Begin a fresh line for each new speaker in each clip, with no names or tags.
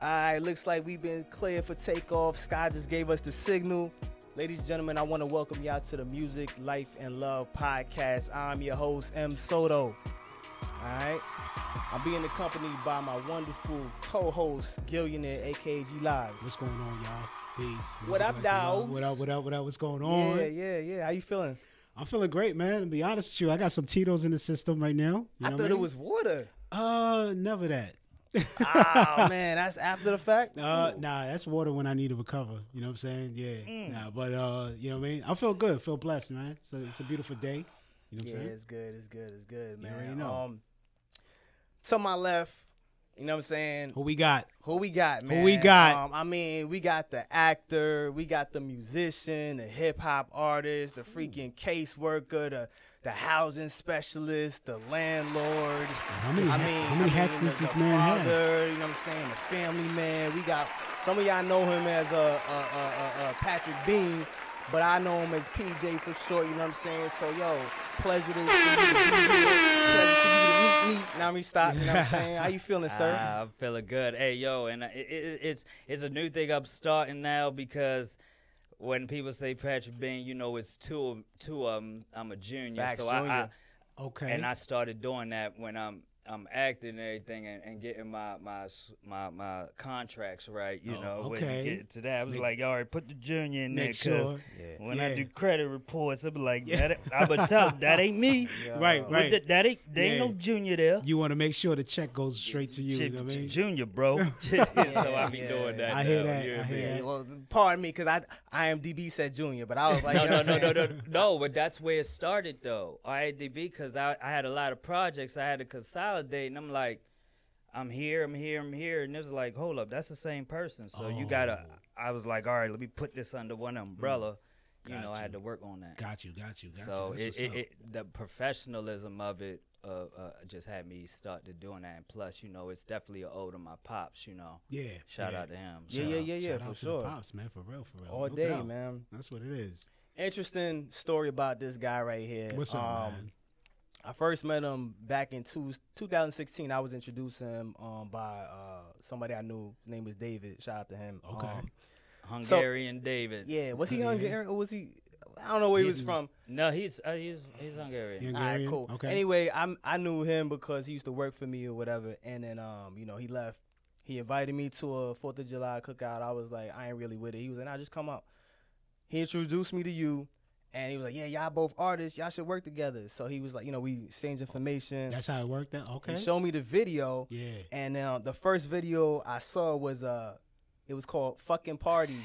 All right, looks like we've been cleared for takeoff. Sky just gave us the signal. Ladies and gentlemen, I want to welcome y'all to the Music, Life, and Love podcast. I'm your host, M. Soto. All right. I'm being accompanied by my wonderful co-host, Gillionaire, aka G Lives.
What's going on, y'all? Peace.
What up,
y'all?
dogs?
What up, what up, what up? What's going on?
Yeah, yeah, yeah. How you feeling?
I'm feeling great, man. To be honest with you, I got some Tito's in the system right now. You
I
know
thought
what
it
mean?
was water.
Uh, never that.
oh man, that's after the fact.
Uh,
Ooh.
nah, that's water when I need to recover. You know what I'm saying? Yeah. Nah, but uh, you know what I mean? I feel good. feel blessed, man. So it's a beautiful day. You know what
Yeah,
I'm saying?
it's good. It's good. It's good, man.
already know.
Um, to my left, you know what I'm saying.
What we got?
Who we got, man?
we got?
Um, I mean, we got the actor, we got the musician, the hip hop artist, the freaking caseworker, the the housing specialist, the landlord.
How many?
I
ha-
mean,
how many
I
hats
mean,
does
the-
this
the
man
father,
have?
You know what I'm saying? The family man. We got some of y'all know him as a, uh uh uh uh Patrick Bean, but I know him as PJ for short. You know what I'm saying? So yo, pleasure to, for you to be here. pleasure for you to meet me. Now me stop. You know what I'm saying? How you feeling, sir?
Ah, I'm feeling good. Hey, yo, and I- it, it, it's it's a new thing I'm starting now because when people say Patrick Bean, you know, it's two of- two of 'em. I'm a junior,
Facts,
so I-
junior.
Okay.
I and I started doing that when I'm I'm acting and everything and, and getting my my s- my my contracts right. You
Oh,
know,
okay.
when you get to that, I was
Make-
like, all right, put the junior in there
make
'cause
sure.
Yeah.
when
Yeah.
I do credit reports, I'm like, that, I'm a tough. That ain't me.
Right,
Yo.
With
right.
the- that ain't there ain't
Yeah.
no junior there.
You want to make sure the check goes straight to you.
Shit,
you know what I mean?
Junior, bro. so I be
Yeah.
doing that.
I hear
now,
that,
you
I
know
hear
what mean?
Yeah.
Yeah, well, pardon me, because I IMDb said junior, but I was like,
No,
you know
no,
what
no,
I'm
no, no,
saying?
no. But that's where it started, though. IADB, because I, I had a lot of projects I had to consolidate, and I'm like, I'm here, I'm here, I'm here, and it was like, hold up, that's the same person. So you gotta.
Oh.
I was like, all right, let me put this under one umbrella. you know, I
Gotcha.
had to work on that.
Got you, got you, got
so
you. That's
it,
what's
it,
up.
it, the professionalism of it uh, uh, just had me start to doing that. And plus, you know, it's definitely an ode to my pops. You know,
yeah.
shout
yeah.
out to him.
Yeah,
so.
yeah, yeah, yeah,
Shout
for
out to the
sure.
pops, man, for real, for real.
All
No
day,
doubt.
man.
That's what it is.
Interesting story about this guy right here.
What's up,
um,
man?
I first met him back in two, 2016. I was introduced to him um, by uh, somebody I knew. His name was David. Shout out to him.
Okay.
Um,
Hungarian David.
yeah, was he
Yeah.
Hungarian or was he? I don't know where he was
He's-
from.
No, he's uh, he's he's Hungarian.
You
All right,
Hungarian?
cool.
Okay.
Anyway, I'm I knew him because he used to work for me or whatever, and then um, you know, he left. He invited me to a Fourth of July cookout. I was like, I ain't really with it. He was like, I just come out. He introduced me to you, and he was like, Yeah, y'all both artists. Y'all should work together. So he was like, You know, we exchanged information.
That's how it worked out. Okay.
He showed me the video,
yeah.
and uh, the first video I saw was uh, it was called "Fucking Party."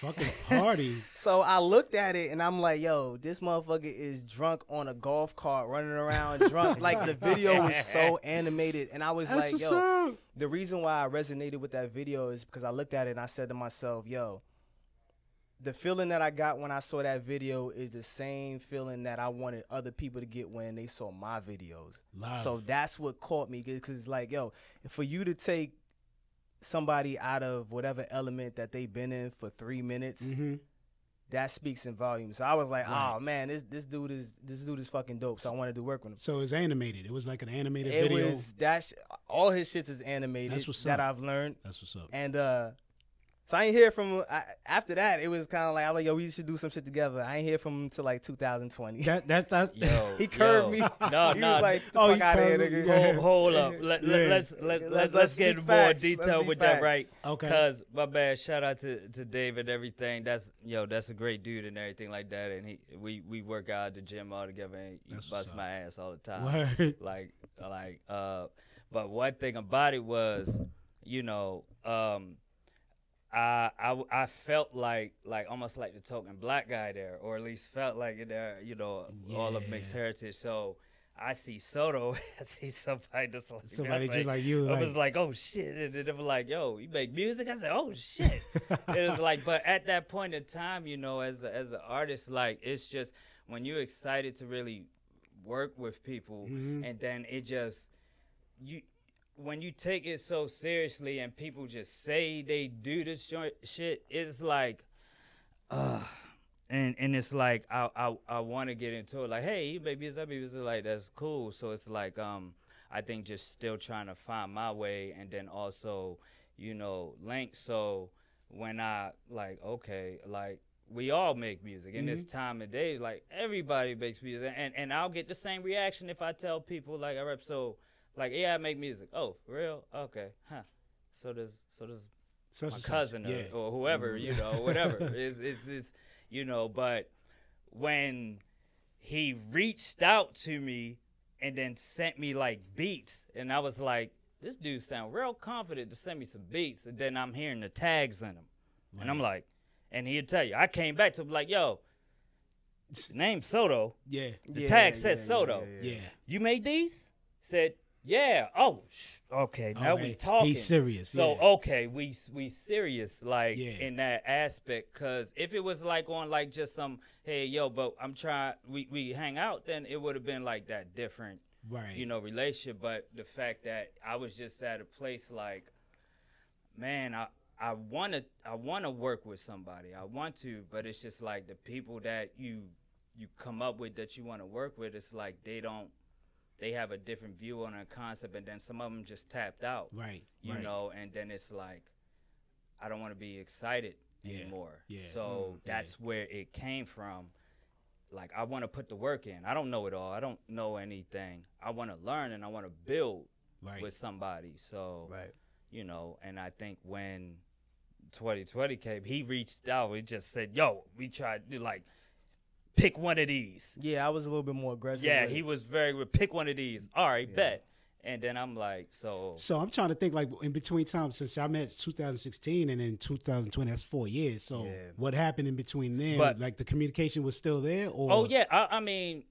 Fucking party.
So I looked at it and I'm like, yo, this motherfucker is drunk on a golf cart running around drunk. like the video was so animated. And I was
That's
like,
what's
yo,
up.
the reason why I resonated with that video is because I looked at it and I said to myself, yo, the feeling that I got when I saw that video is the same feeling that I wanted other people to get when they saw my videos.
Live.
So that's what caught me because it's like, yo, for you to take somebody out of whatever element that they've been in for three minutes
Mhm.
that speaks in volumes. So I was like,
Right.
oh man, this this dude is this dude is fucking dope. So I wanted to work with him.
So it was animated. It was like an animated
It
video.
was that sh- all his shits is animated
That's what's
that
up.
I've learned,
That's what's up.
and uh, so I ain't hear from him. I, after that. It was kind of like I was like, yo, we should do some shit together. I ain't hear from him until like 2020.
That that's that.
Yo,
he curved
yo.
me.
No,
he
no.
was like, the
Oh,
fuck
he
out of here,
curved you.
nigga.
Yeah.
hold, hold up. Let,
Yeah.
let, let's, let,
Let's-
let,
let's
let's,
speak
get
facts.
more
Let's
detail
speak
with that,
facts.
right?
Okay.
Cause my bad. Shout out to, to David. Everything. That's yo. That's a great dude and everything like that. And he we we work out at the gym all together. And he
That's what's
busts
up.
my ass all the time.
Word.
Like like uh. But one thing about it was, you know, um, I, I w- I felt like like almost like the token black guy there, or at least felt like it there. You know, all of mixed
Yeah.
heritage. So I see Soto, I see somebody just like that,
Somebody just like you,
I was
like-
like, oh shit, and then they were like, yo, you make music? I said, oh shit. it was like, but at that point in time, you know, as a, as an artist, like it's just when you're
Mm. Mm-hmm.
excited to really work with people, and then it just you when you take it so seriously and people just say they do this joint shit, it's like, uh, and and it's like I I, I want to get into it. Like, hey, you baby is up. It's like that's cool. So it's like um, I think just still trying to find my way, and then also, you know, link. So when I like, okay, like we all make music in this time of day. Like everybody makes music, and and I'll get the same reaction if I tell people like I rap. So like, yeah, I make music. Oh, for real? Okay, huh? So does so does
Such
my
and such.
cousin or,
Yeah.
or whoever, you know, whatever. it's, it's, it's, you know, but when he reached out to me and then sent me like beats, and I was like, this dude sound real confident to send me some beats, and then I'm hearing the tags in them, and I'm like, and he'd tell you, I came back to him like, yo, name Soto,
yeah.
the tag said Soto.
Yeah.
you made these? Said, yeah. Oh, sh- okay. Now
Oh,
we
hey,
talking.
He's serious.
So oh,
yeah.
okay, we we serious like
Yeah.
in that aspect because if it was like on like just some hey yo, but I'm trying we we hang out, then it would have been like that different
right.
you know relationship. But the fact that I was just at a place like, man, I I wanna I wanna work with somebody, I want to, but it's just like the people that you you come up with that you want to work with, it's like they don't they have a different view on a concept, and then some of them just tapped out
right.
you
right.
know, and then it's like, I don't want to be excited
Yeah,
anymore.
yeah, Mm-hmm.
So
yeah.
that's where it came from. Like, I want to put the work in. I don't know it all. I don't know anything. I want to learn and I want to build
Right.
with somebody. So,
Right.
you know, and I think when 2020 came, he reached out. He just said, Yo, we tried to like pick one of these.
Yeah, I was a little bit more aggressive.
Yeah,
with
he
it.
was very, pick one of these. All right,
Yeah.
bet. And then I'm like, So,
So I'm trying to think like in between times since I met 2016 and then 2020. That's four years. So
Yeah.
what happened in between then?
But-
like the communication was still there, or
Oh yeah, I, I mean,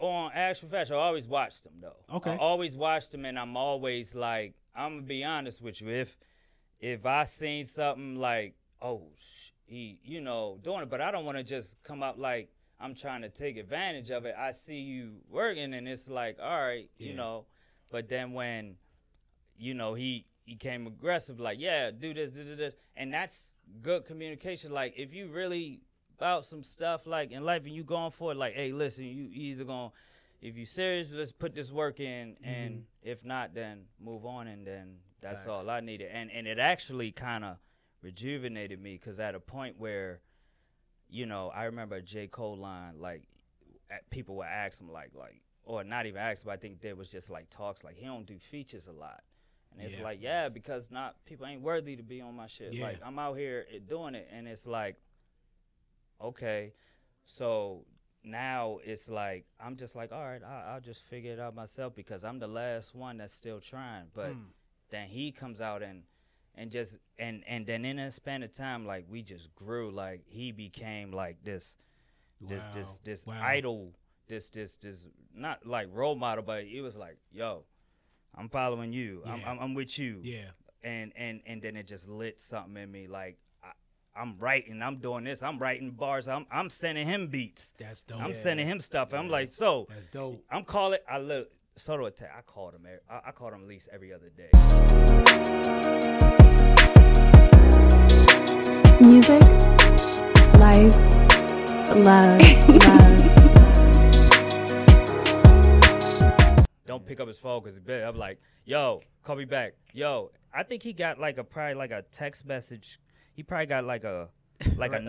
on actual fact, I always watched them though.
Okay.
I always watched them, and I'm always like, I'm gonna be honest with you. If if I seen something like, oh, sh- he, you know, doing it, but I don't want to just come up like I'm trying to take advantage of it. I see you working, and it's like, all right,
Yeah.
you know. But then when, you know, he he came aggressive, like, yeah, do this, do this, this, and that's good communication. Like, if you really about some stuff like in life and you going for it, like, hey, listen, you either gonna if you serious, let's put this work in, and if not, then move on, and then that's
Facts.
all I needed. And and it actually kind of rejuvenated me because at a point where, you know, I remember a J Cole line like at- people would ask him like like or not even ask, but I think there was just like talks like he don't do features a lot. And it's
Yeah.
like, yeah, because not people ain't worthy to be on my shit.
Yeah.
Like I'm out here eh, doing it, and it's like, okay, so now it's like I'm just like, all right, I, I'll just figure it out myself because I'm the last one that's still trying. But
Hmm.
Hmm.
then he comes out and and just and and then in a span of time, like we just grew. Like he became like this this this
Wow.
this
Wow.
idol, this this this not like role model, but it was like, yo, I'm following you. I'm,
Yeah.
I'm I'm with you.
yeah,
And and and then it just lit something in me. Like I, I'm writing, I'm doing this, I'm writing bars, I'm I'm sending him beats.
that's dope.
I'm sending him stuff. I'm like, so
That's dope.
I'm calling. I look Soto attack. I called him. every- I, I called him at least every other day.
Music, life, love, love.
Don't pick up his phone because he's busy. I'm like, yo, call me back. Yo, I think he got like a probably like a text message. He probably got like a like a
Thread- a thread.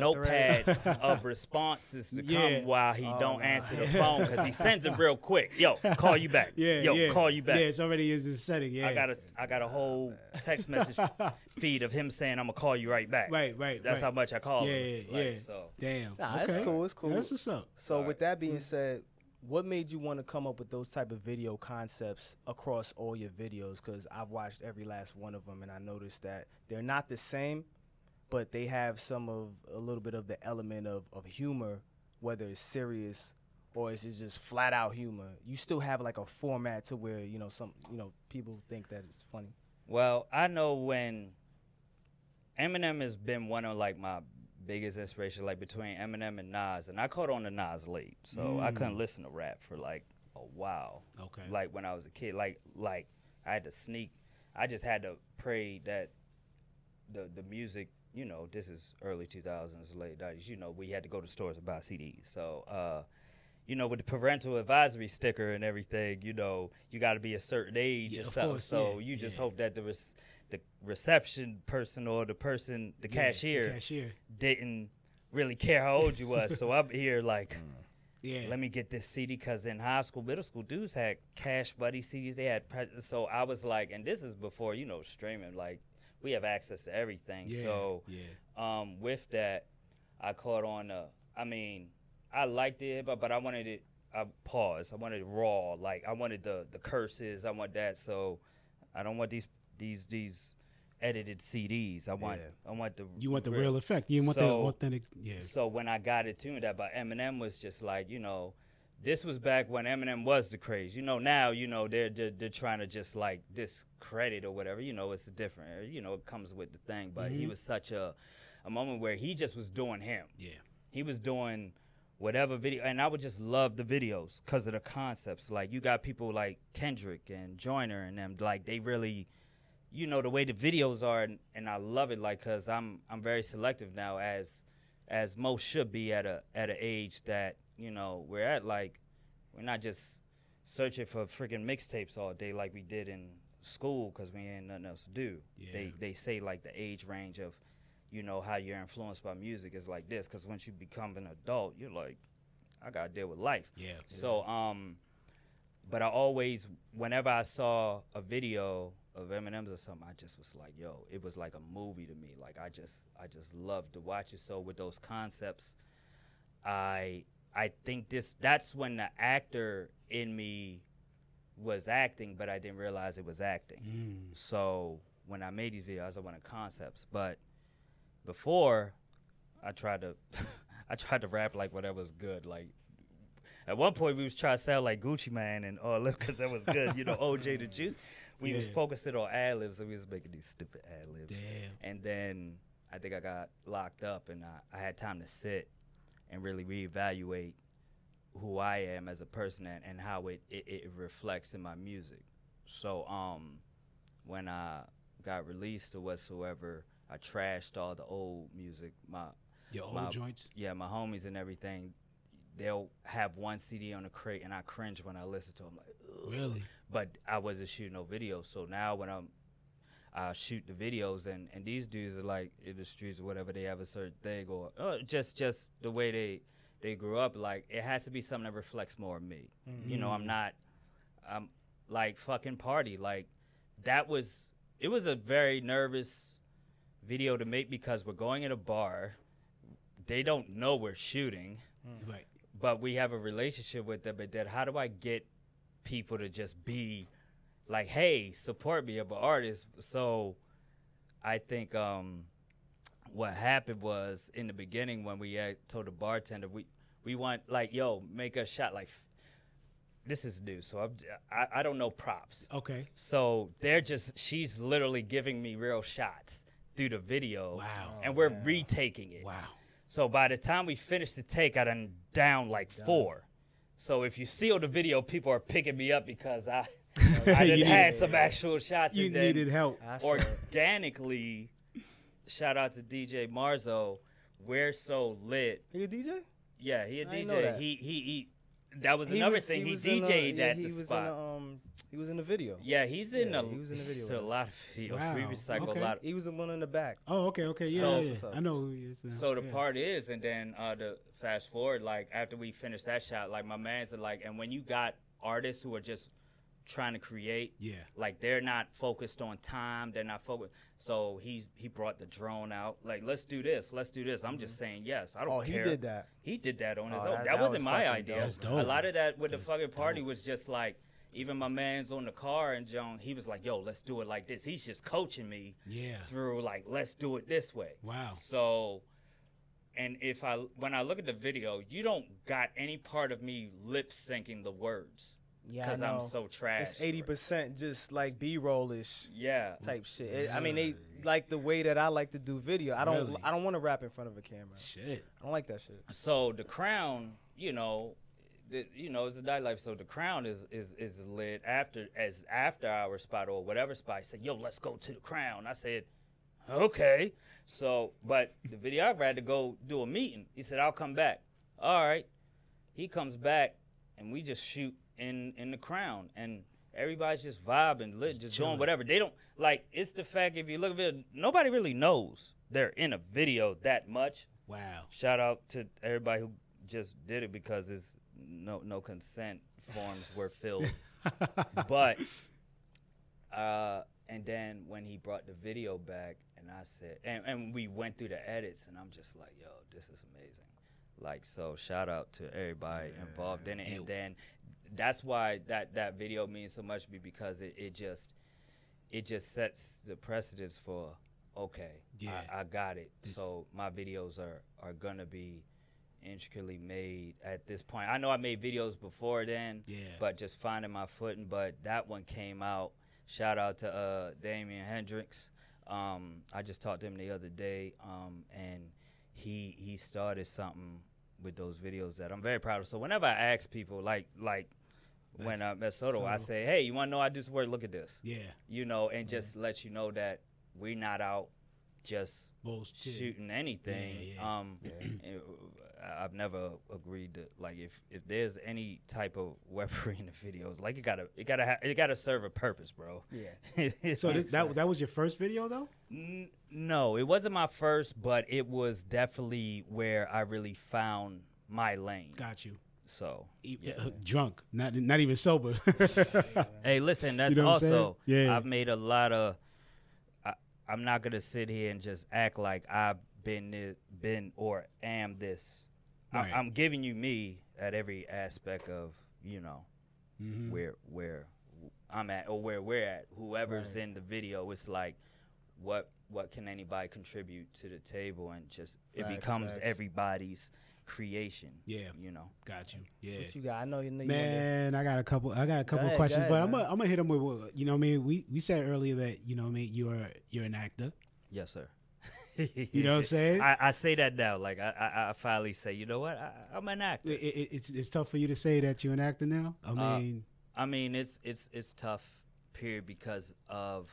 notepad of responses to
Yeah. Oh,
come while he don't answer the phone because he sends them real quick. Yo, call you back.
Yeah,
yo,
yeah.
call you back.
Yeah, it's already in the setting. Yeah,
I got a I got a whole text message feed of him saying I'm gonna call you right back.
Right, right,
That's
right.
how much I call
Yeah,
him.
yeah,
Like,
yeah.
So
Damn.
Nah,
okay.
it's cool, it's cool.
That's what's up.
So with that being said, what made you want to come up with those type of video concepts across all your videos? Because I've watched every last one of them, and I noticed that they're not the same, but they have some of a little bit of the element of of humor, whether it's serious or it's just flat out humor. You still have like a format to where you know some you know people think that it's funny.
Well, I know when Eminem has been one of like my biggest inspiration, like between Eminem and Nas, and I caught on to Nas late, so I couldn't
Mm.
listen to rap for like a while.
Okay.
Like when I was a kid, like like I had to sneak. I just had to pray that the the music, you know, this is early 2000s, late 90s. You know, we had to go to stores and buy CDs. So, uh, you know, with the parental advisory sticker and everything, you know, you got to be a certain age
Yeah,
or
of
something.
course,
so
yeah,
you just
yeah.
hope that the res- the reception person or the person, the
Yeah, the
cashier,
cashier.
didn't really care how old you was. so I'm here like.
Yeah.
Let me get this CD because in high school, middle school, dudes had cash buddy CDs. They had pre- so I was like, and this is before you know streaming. Like we have access to everything.
Yeah,
so
yeah.
um, with that, I caught on. Uh, I mean, I liked it, but but I wanted it. I paused. I wanted it raw. Like I wanted the the curses. I want that. So I don't want these these these edited CDs. I want I want the
You want the real effect. You want the
So-
authentic. Yeah.
so when I got it tuned that, but Eminem was just like, you know, this was back when Eminem was the craze. You know, now you know they're they're, they're trying to just like discredit or whatever. You know, it's a different. uh, You know, it comes with the thing. But
Mm-hmm.
he was such a a moment where he just was doing him.
Yeah.
He was doing whatever video, and I would just love the videos because of the concepts. Like you got people like Kendrick and Joyner and them, like they really, you know, the way the videos are, and, and I love it. Like, cause I'm I'm very selective now, as as most should be at a at an age that you know we're at. Like, we're not just searching for freaking mixtapes all day like we did in school because we ain't nothing else to do. They they say like the age range of you know how you're influenced by music is like this because once you become an adult you're like i gotta deal with life
Yeah.
so um but i always whenever i saw a video of eminem's or something i just was like yo it was like a movie to me like i just i just loved to watch it so with those concepts i i think this that's when the actor in me was acting but i didn't realize it was acting
Mm.
so when i made these videos i wanted concepts but before I tried to I tried to rap like whatever was good. Like at one point we was trying to sound like Gucci Man and all that because that was good. You know, OJ the Juice. We was
Yeah.
focusing on ad libs and we was making these stupid ad libs.
Damn.
And then I think I got locked up and I, I had time to sit and really reevaluate who I am as a person and, and how it, it, it reflects in my music. So um when I got released or whatsoever, I trashed all the old music. My
Your old
my-
joints.
yeah, my homies and everything. They'll have one CD on the crate, and I cringe when I listen to them. Like, "Ugh."
Really?
but I wasn't shooting no videos, so now when I'm, I shoot the videos, and and these dudes are like in the streets or whatever. They have a certain thing, or uh, just just the way they they grew up. Like it has to be something that reflects more of me. You know, I'm not, I'm like fucking party. Like that was it was a very nervous video to make because we're going in a bar. They don't know we're shooting
Right.
but we have a relationship with them and then how do i get people to just be like hey support me i'm an artist so i think um what happened was in the beginning when we had told the bartender we we want like yo make a shot like this is new so I'm, I, I don't know props
Okay.
so they're just she's literally giving me real shots through the video
Wow.
and we're retaking it
Wow.
so by the time we finish the take, I done down like four. So if you seal the video, people are picking me up because I I
You
didn't had
needed-
some actual shots.
You
and then
needed help.
I saw it.
Organically, shout out to DJ Marzo. We're so lit.
You a DJ?
Yeah, he a
I didn't know
DJ.
that.
He he he. That was
He
another
was-
thing. He,
was in
DJ'd
a-
at
yeah,
the
he was In
spot.
a, um, he was in the video.
yeah, he's in
yeah,
a.
he was in the video
he's in a
with us.
lot of videos. We
Wow,
recycle
okay.
a lot.
He was the one in the back.
Oh, okay, okay, yeah,
So-
yeah, yeah.
What's up?
I know. Who he is now.
So the
yeah.
part is, and then uh, the fast forward, like after we finish that shot, like my man's are like, and when you got artists who are just trying to create,
Yeah.
like they're not focused on time, they're not focused. So he's he brought the drone out, like let's do this, let's do this. I'm just saying yes, I don't
Oh, he
care.
did that.
He did that on his
Oh,
own.
that-
That,
that
wasn't
was
my
fucking
idea.
dope,
That's
A
dope.
lot of that with the fucking party was just like. Even my man's on the car and Joan, he was like, "Yo, let's do it like this." He's just coaching me
Yeah.
through like, "Let's do it this way."
Wow.
So, and if I when I look at the video, you don't got any part of me lip syncing the words
Yeah,
because I'm so trash.
It's eighty percent just like B rollish
Yeah.
type
Mm.
shit. It- I mean, they like the way that I like to do video. I don't.
Really?
I don't want to rap in front of a camera.
Shit.
I don't like that shit.
So the crown, you know, the, you know, it's a nightlife. So the crown is is is lit after as after hour spot or whatever spot. He said, "Yo, let's go to the crown." I said, "Okay." So, but the videographer had to go do a meeting. He said, "I'll come back." All right. He comes back, and we just shoot in in the crown, and everybody's just vibing, lit, just, doing whatever. They don't like. It's the fact if you look at it, nobody really knows they're in a video that much.
Wow.
Shout out to everybody who just did it because it's no no consent forms were filled. but uh and then when he brought the video back and I said and, and we went through the edits and I'm just like, yo, this is amazing. Like so shout out to everybody involved in it. And then that's why that that video means so much to me because it, it just it just sets the precedence for okay,
Yeah.
I, I got it. So my videos are are gonna be intricately made at this point. I know I made videos before then,
Yeah.
but just finding my footing. But that one came out. Shout out to uh, Damian Hendricks. Um, I just talked to him the other day, um, and he he started something with those videos that I'm very proud of. So whenever I ask people, like like when I met Soto, I
so-
say, hey, you want to know I do some work? Look at this
Yeah.
you know, and just let you know that we're not out just
Bullshit.
shooting anything.
Yeah, yeah.
Um, and, uh, I've never agreed to like if if there's any type of weaponry in the videos, like it gotta it gotta ha- it gotta serve a purpose, bro. Yeah.
So this, that that was your first video though?
N- no, it wasn't my first, but it was definitely where I really found my lane.
Got you.
So
E-
yeah.
uh, drunk, not not even sober.
Hey, listen, that's
know what I'm
also
saying? Yeah.
I've made a lot of. I, I'm not gonna sit here and just act like I've been this, been or am this.
Right.
I, I'm giving you me at every aspect of you know
Mm-hmm.
where where I'm at or where we're at. Whoever's in the video, it's like what what can anybody contribute to the table and just it
Facts,
becomes
facts.
everybody's creation.
Yeah.
you know.
Got you. Yeah.
What you got? I know you know. you wanna-
Man, I got a couple. I got a couple
ahead, go
questions,
ahead,
but I'm
man.
gonna I'm gonna hit them with what- you know. what I mean, we we said earlier that you know, what I mean, you're you're an actor.
Yes, sir.
You know what I'm saying?
I, I say that now. Like I, I, I finally say, you know what? I, I'm an actor.
It, it, it's it's tough for you to say that you're an actor now. I
Uh,
mean,
I mean, it's it's it's tough period because of.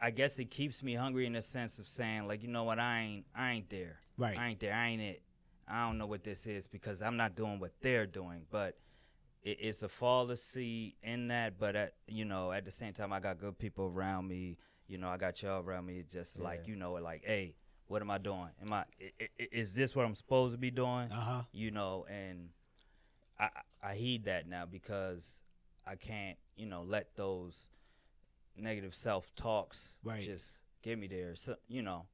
I guess it keeps me hungry in the sense of saying, like, you know what? I ain't I ain't there.
Right.
I ain't there. I ain't it. I don't know what this is because I'm not doing what they're doing, but. it- It's a fallacy in that, but at you know, at the same time, I got good people around me. You know, I got y'all around me. Just like you know, like, hey, what am I doing? Am I i- i- is this what I'm supposed to be doing?
Uh-huh.
You know, and I I I heed that now because I can't you know let those negative self talks
Right.
just get me there. So you know,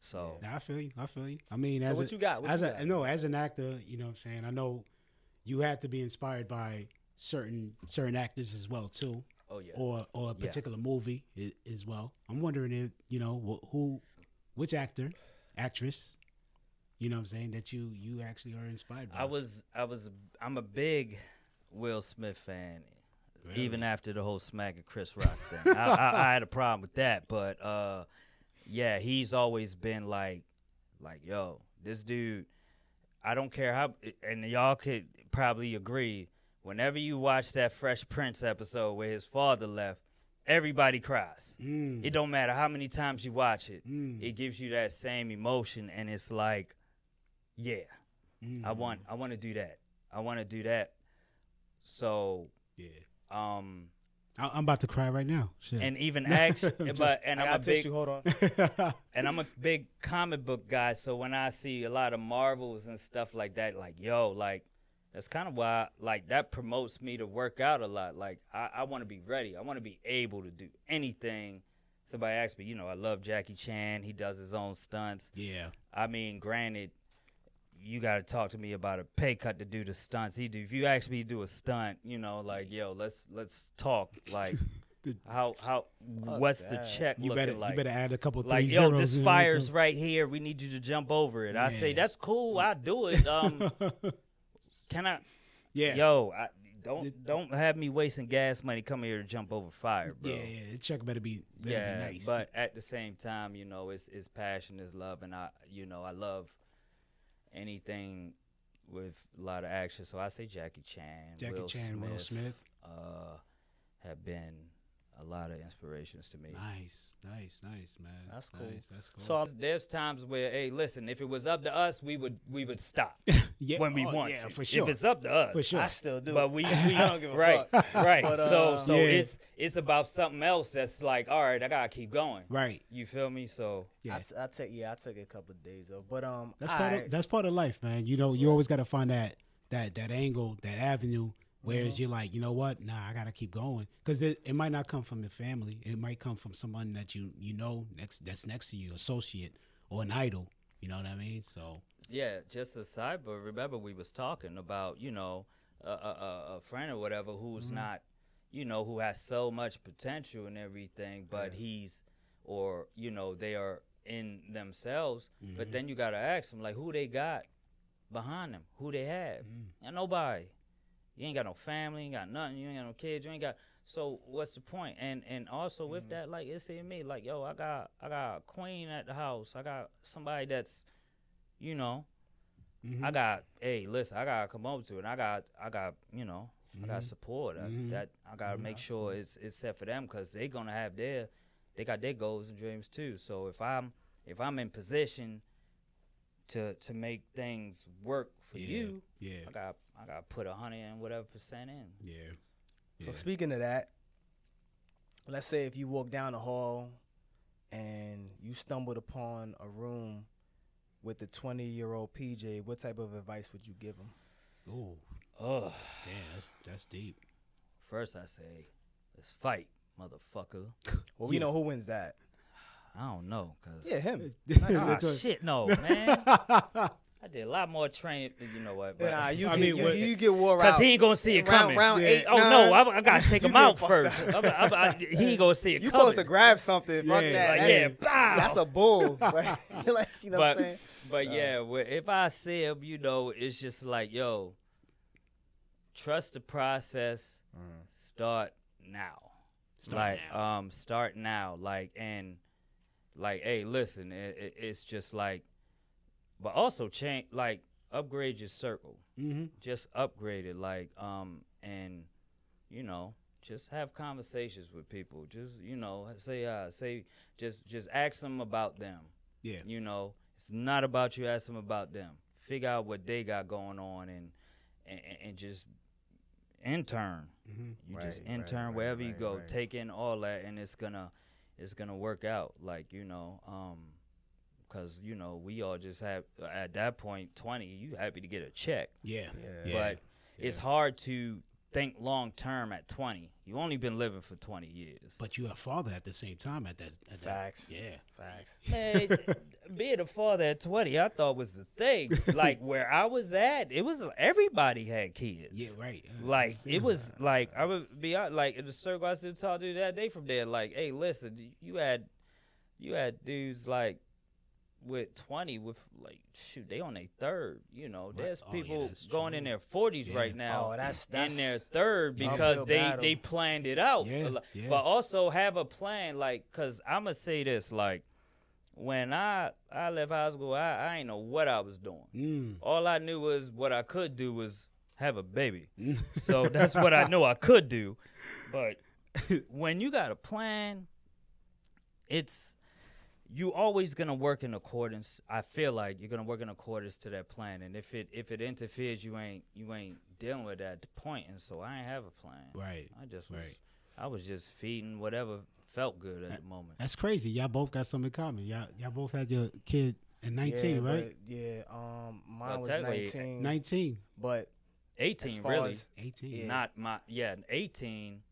so
nah, I feel you. I feel you. I mean,
So
as
what
a-
you got? What
as
you
a
got?
no, as an actor, you know, what I'm saying, I know you have to be inspired by certain certain actors as well too,
oh yeah.
or or a
Yeah.
particular movie i- as well. I'm wondering if you know wh- who, which actor, actress, you know, what I'm saying that you you actually are inspired by.
I was I was I'm a big Will Smith fan. Even after the whole smack of Chris Rock thing, I, I, I had a problem with that. But uh, yeah, he's always been like, like yo, this dude. I don't care how, and y'all could probably agree. Whenever you watch that Fresh Prince episode where his father left, everybody cries.
Mm.
It don't matter how many times you watch it, it gives you that same emotion, and it's like, yeah, I
Mm.
want, I want to do that. I want to do that. So,
yeah.
um,
I, I'm about to cry right now. Shit.
and even action, but and
I
I'm a
got
big,
tissue. Hold on.
and I'm a big comic book guy, so when I see a lot of Marvels and stuff like that, like yo, like that's kind of why, like that promotes me to work out a lot. Like I, I want to be ready. I want to be able to do anything. Somebody asked me, you know, I love Jackie Chan. He does his own stunts.
yeah.
I mean, granted, you got to talk to me about a pay cut to do the stunts. He do. If you ask me to do a stunt, you know, like yo, let's let's talk. Like how how what's the
that.
check
You
looking
better
like?
you better add a couple three
like yo,
zeros
this
in there.
fire's right here. We need you to jump over it. I say
Yeah.
that's cool. I do it. Um, can I?
Yeah.
Yo, I, don't don't have me wasting gas money coming here to jump over fire, bro.
Yeah, yeah, the check better be better
Yeah,
be nice.
but at the same time, you know, it's it's passion, it's love, and I, you know, I love anything with a lot of action. So I say Jackie Chan,
Jackie
Will
Chan,
Smith,
Will Smith.
uh, have been a lot of inspirations to me.
Nice, nice, nice, man.
That's cool.
Nice, that's cool.
So I'm,
There's times where, hey, listen, if it was up to us, we would we would stop
yeah,
when we
oh,
want
yeah,
to.
for sure.
If it's up to us,
for sure.
I still do.
But we, we
I don't give a
right,
fuck.
right.
But, uh,
so, so
Yeah.
it's it's about something else that's like, all right, I gotta keep going.
Right.
You feel me? So
I
Yeah.
t- I took yeah, I took a couple of days off, but um,
That's part
I-
of that's part of life, man. You know, you always got to find that that that angle, that avenue. Whereas you're like, you know what? Nah, I gotta keep going because it, it might not come from your family. It might come from someone that you you know next that's next to you, associate or an idol. You know what I mean? So
yeah, just a side, but remember we was talking about you know a, a, a- a friend or whatever who's not, you know, who has so much potential and everything, but he's or you know they are in themselves.
Mm-hmm.
But then you gotta ask them like, who they got behind them? Who they have? And nobody. You ain't got no family, you ain't got nothing, you ain't got no kids, you ain't got so what's the point? And and also with that, like it's in me, like, yo, I got I got a queen at the house. I got somebody that's you know,
Mm-hmm.
I got hey, listen, I gotta come over to it and I got I got, you know, I
Mm-hmm.
got support. I, that I gotta make sure it's it's set for them because they gonna have their they got their goals and dreams too. So if I'm if I'm in position to to make things work for
yeah,
you,
yeah,
I got I got to put a hundred and whatever percent in.
yeah,
So
yeah.
speaking of that, let's say if you walk down the hall and you stumbled upon a room with the 20 year old PJ, what type of advice would you give him?
Oh,
Ugh.
yeah, that's that's deep.
First I say, let's fight, motherfucker.
Well, we know who wins that.
I don't know, cause
Yeah, him.
Ah, shit, no, man. I did a lot more training. You know what? But,
Nah, you,
I
get,
mean,
you,
what-
you get wore out.
Cause he ain't gonna see it
Round-
coming.
round eight,
oh no,
nine.
I, I gotta take
You
him
get
out
fucked
first. I'm- I'm- I- he ain't gonna see it
you
coming.
supposed to grab something. Fuck
Yeah.
that.
Like,
That-
yeah, bow.
That's a bull. like, you know what I'm saying?
But yeah, well, if I see him, you know, it's just like, yo, trust the process. Start now.
Start
like, um, start now. Like, and like, hey, listen, it, it, it's just like, but also change, like, upgrade your circle.
Mm-hmm.
Just upgrade it, like, um, and you know. Just have conversations with people. Just you know, say uh, say just just ask them about them.
Yeah,
You know, it's not about you. Ask them about them. Figure out what they got going on and and, and just intern.
Mm-hmm.
You just
Right, right,
intern
right,
wherever you
right,
go.
right.
Take in all that, and it's gonna it's gonna work out. Like you know, um, because you know we all just have at that point twenty. You happy to get a check,
yeah,
Yeah.
but it's hard to think long term at twenty. You only been living for twenty years.
but you a father at the same time at that. At
Facts.
That, yeah.
Facts.
Man, being a father at 20, I thought was the thing. Like where I was at, it was everybody had kids.
Yeah. Right. Uh,
Like it was like I would be out like in the circle I still talked to that day from there. Like, hey, listen, you had you had dudes like with 20 with like shoot they on their third you know there's
Oh, yeah,
people
that's
going
true.
in their 40s
Yeah.
right now
Oh, that's-
in
that's
their third
uphill
because they
battle.
they planned it out
Yeah,
oh, Like,
yeah.
but also have a plan like because i'm gonna say this like when i i left high school i i ain't know what i was doing
Mm.
all I knew was what I could do was have a baby.
Mm.
so that's what I know I could do. But when you got a plan, it's you always gonna work in accordance. I feel like you're gonna work in accordance to that plan. And if it if it interferes, you ain't you ain't dealing with that point. And so I ain't have a plan.
Right.
I just was
Right.
I was just feeding whatever felt good at the moment.
That's crazy. Y'all both got something in common. Y'all y'all both had your kid at
yeah,
nineteen, right?
but- Yeah. Um, mine
Well,
was
technically,
19.
19.
But as
Eighteen
far
really.
as
18.
Yeah.
not my yeah an 18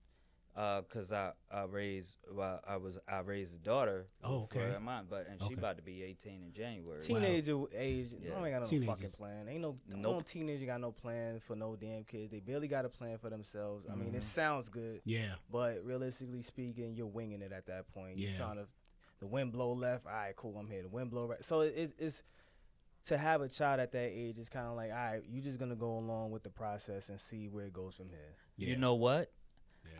uh 'cause i i raised well, i was i raised a daughter
Oh,
for
okay.
her mom, but and she
Okay.
about to be 18 in january
Teenager age, I don't
Yeah.
got no
Teenagers.
fucking plan. Ain't no, no
Nope.
teenager got no plan for no damn kids. They barely got a plan for themselves. I
Mm-hmm.
mean, it sounds good,
Yeah.
but realistically speaking, you're winging it at that point. You're
Yeah.
trying to, the wind blow left. All right, cool. I'm here. The wind blow right. So it, it's, it's to have a child at that age is kind of like, all right, you're just gonna go along with the process and see where it goes from here.
you know what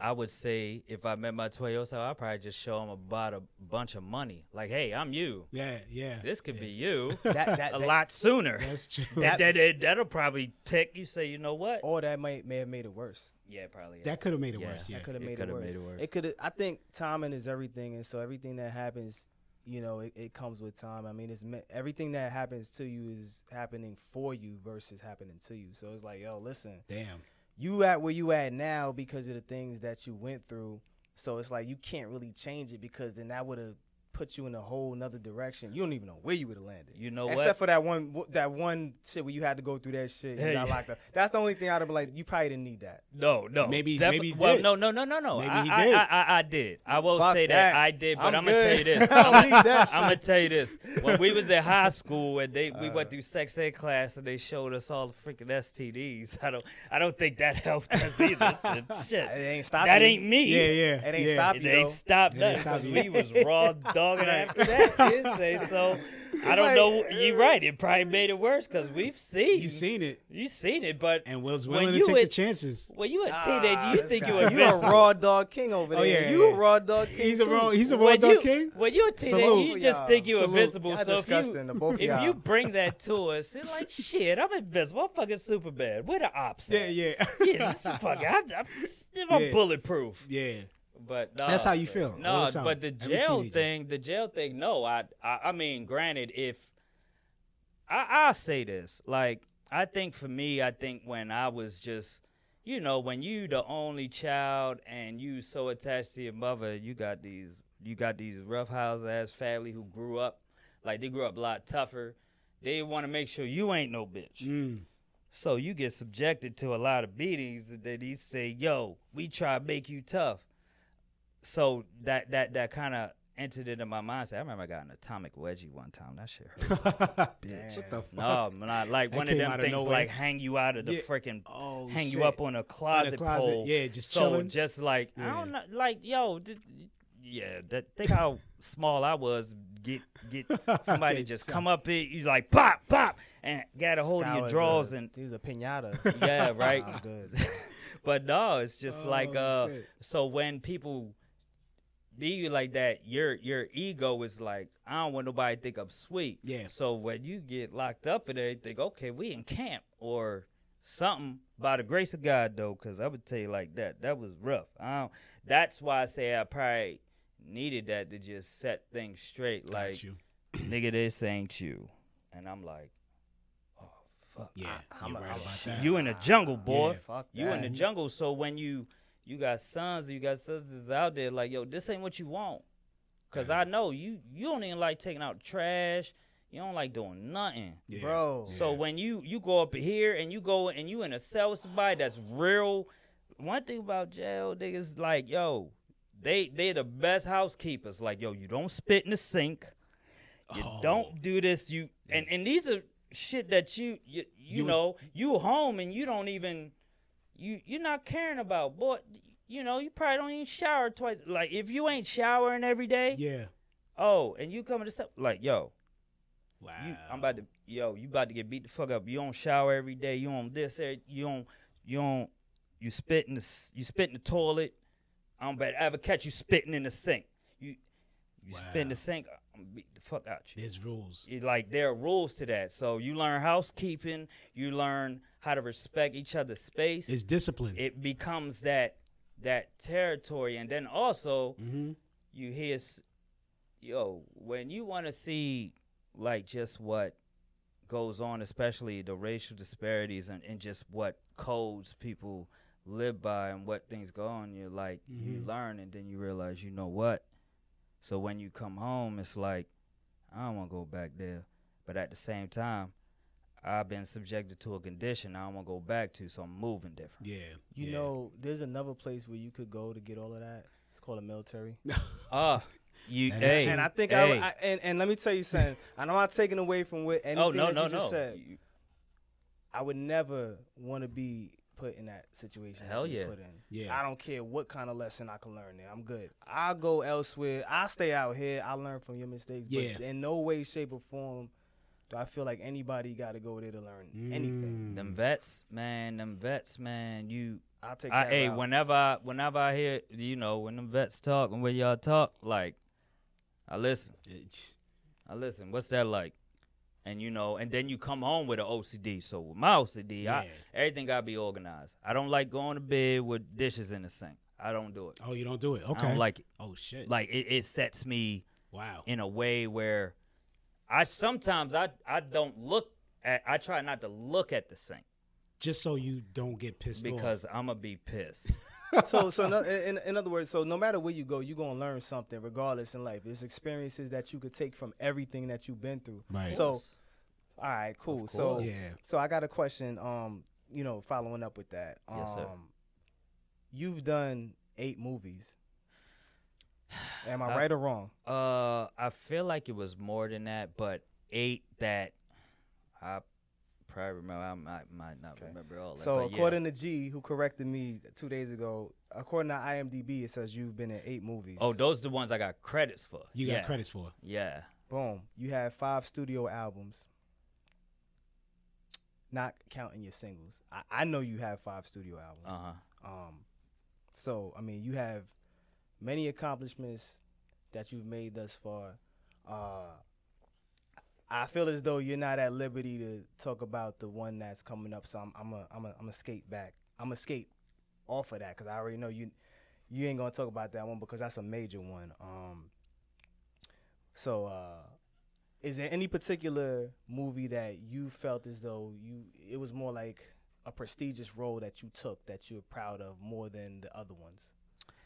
I would say if I met my 12 year old self, I'd probably just show him about a bunch of money. Like, hey, I'm you.
Yeah, yeah.
This could be you
That, that,
a
that-
lot sooner.
That's true.
That, that, that, that'll probably tick. You say, you know what?
Or that might may have made it worse.
Yeah, probably. is.
Oh. That could have made it
Yeah,
worse.
I
Yeah.
Could have
It
made, it
coulda
worse.
made it worse.
It could. I think timing is everything, and so everything that happens, you know, it, it comes with time. I mean, it's me- everything that happens to you is happening for you versus happening to you. So it's like, yo, listen,
Damn.
you at where you at now because of the things that you went through. So it's like you can't really change it because then that would have put you in a whole nother direction. You don't even know where you would have landed.
You know
Except
what?
for that one w- that one shit where you had to go through that shit and
Yeah,
you got
yeah.
locked up. That's the only thing I'd have been like, you probably didn't need that.
No, no.
Maybe-
Defi-
maybe he
Well,
did.
no, no, no, no, no.
Maybe
I,
he
I-
did.
I, I, I did. I will
Fuck
say that.
that.
I did, but
I'm
I'm, gonna tell you
good.
this.
I
Oh,
don't
I'm,
need that
gonna
shit.
tell you this. When we was in high school and they we
Uh.
went through sex ed class and they showed us all the freaking STDs. I don't, I don't think that helped us either. Shit,
It ain't stopping
That
you.
ain't me.
Yeah, yeah.
It ain't
yeah.
stop
It
you,
ain't
though.
stopped
It ain't
us
stop
'cause
you.
we was raw dogging after that. didn't they? So I don't
like,
know. You're right. It probably made it worse because we've seen
uh, You seen it,
you seen it, but
and Will's
When
willing to
you
take
in-
the chances.
when you a teenager,
Ah,
you
this
think
guy.
you a
you a
missile.
raw dog king over
Oh,
there.
yeah,
you
yeah.
a raw dog king.
He's a
too.
raw. He's a raw
When
dog
you-
king.
When you're a teenager,
Salute.
you just
Y'all.
think you're
Salute.
invincible.
Y'all
So if
disgusting,
you,
the both of
if
y'all.
you bring that to us, it's like, shit, I'm invincible. I'm fucking Superman. We're the ops.
Yeah, yeah,
Yeah, this is fucking, I, I'm, I'm
Yeah.
bulletproof.
yeah.
But no,
That's how you feel all
No,
the time,
but the
every
jail
teenager.
thing, the jail thing. No, I, I, I mean, granted, if I, I say this, like, I think for me, I think when I was just, you know, when you the only child and you so attached to your mother, you got these, you got these rough house ass family who grew up, like they grew up a lot tougher. They want to make sure you ain't no bitch.
Mm.
So you get subjected to a lot of beatings and then he say, "Yo, we try to make you tough." So that that that kind of entered into my mindset. I remember I got an atomic wedgie one time. That shit hurt.
What the fuck?
no, not like
That
one of
came
them
out of
things
nowhere.
like hang you out of the
Yeah.
freaking
Oh,
hang
shit.
you up on a closet,
closet.
pole.
Yeah, just
so
chilling.
just like I don't know, like yo, d yeah, that think how small I was. Get get somebody
Okay,
just
so-
come up it, you like pop pop and got a hold
That
of
uh,
your
was
drawers
a-
and
he was a pinata.
yeah, right.
I'm good.
but no, it's just like
Oh,
uh
shit.
so when people be you like that, your your ego is like, I don't want nobody to think I'm sweet.
Yeah.
So when you get locked up and everything, okay, we in camp or something. By the grace of God though, because I would tell you like that, that was rough. I don't, that's why I say I probably needed that to just set things straight.
Got
Like,
you.
nigga, this ain't you. And I'm like, oh fuck.
Yeah,
I'm
you're
a-
right
I'm a-
about that.
You in the jungle, boy.
Yeah, fuck
you in the
that.
jungle. So when you you got sons, you got sisters out there, like yo, this ain't what you want. Cause I know you you don't even like taking out trash. You don't like doing nothing.
Yeah.
Bro.
So when you you go up here and you go and you in a cell with somebody that's real. One thing about jail niggas, like yo, they they the best housekeepers. Like yo, you don't spit in the sink. You
Oh.
don't do this. You and and these are shit that you you, you,
You-
know you home and you don't even you you're not caring about. Boy, you know you probably don't even shower twice. Like if you ain't showering every day,
Yeah.
oh, and you coming to stuff like yo,
Wow.
you, I'm about to yo, you about to get beat the fuck up. You don't shower every day. You don't this. every- You don't you don't you spit in the s- you spit in the toilet. I don't bet ever catch you spitting in the sink. You you spit in
Wow.
the sink. I'm gonna beat the fuck out you.
There's rules.
It- like there are rules to that. So you learn housekeeping. You learn how to respect each other's space.
It's discipline.
it becomes that that territory, and then also
mm-hmm.
you hear s- yo when you want to see like just what goes on especially the racial disparities and, and just what codes people live by and what things go on you're like you
Mhm.
learn and then you realize you know what so when you come home it's like i don't want to go back there but at the same time i've been subjected to a condition i don't want to go back to so i'm moving different
Yeah.
You
yeah.
know, there's another place where you could go to get all of that. It's called the military.
ah you
That is
hey,
true.
And I think
hey.
I, I and, and let me tell you something. I'm not taking away from what anything
oh no
that
no
you
no
just said.
You-
I would never want to be put in that situation. that
Hell
you
yeah.
Put in.
Yeah.
I don't care what kind of lesson I can learn there. I'm good. I'll go elsewhere. I'll stay out here. I'll learn from your mistakes.
Yeah.
But in no way, shape, or form do I feel like anybody got to go there to learn anything.
Mm.
Them vets, man, them vets, man, you
I'll take
I,
that.
hey,
route.
whenever I whenever I hear you know when the vets talk and when y'all talk, like I listen,
Mm. It's-
I listen. What's that like? And you know, and then you come home with an OCD. So with my OCD, I,
Yeah.
everything gotta be organized. I don't like going to bed with dishes in the sink. I don't do it.
Oh, you don't do it.
I
Okay.
don't like it.
Oh shit.
Like it, it sets me
wow.
in a way where I sometimes I I don't look at. I try not to look at the sink
Just so you don't get pissed off.
because I'm gonna be pissed.
so so no, in, in other words, so no matter where you go, you're gonna learn something regardless in life. There's experiences that you could take from everything that you've been through.
Right.
So all right, cool.
Of
So
course.
Yeah.
so I got a question. Um, you know, following up with that. Um,
Yes, sir.
You've done eight movies. Am I
I-
right or wrong?
Uh, I feel like it was more than that, but eight that I probably remember. I might, might not
Okay.
remember all. That,
So
but
according to G, who corrected me two days ago, according to IMDb, it says you've been in eight movies.
yeah. oh, those the ones I got credits for.
You got
yeah.
credits for. it.
Yeah,
boom! You have five studio albums, not counting your singles. I, I know you have five studio albums.
uh huh.
Um, so I mean, you have many accomplishments that you've made thus far. Uh, I feel as though you're not at liberty to talk about the one that's coming up, so I'm I'm a I'm a, I'm a skate back. I'm a skate off of that because I already know you you ain't gonna talk about that one because that's a major one. Um, so uh, is there any particular movie that you felt as though you it was more like a prestigious role that you took that you're proud of more than the other ones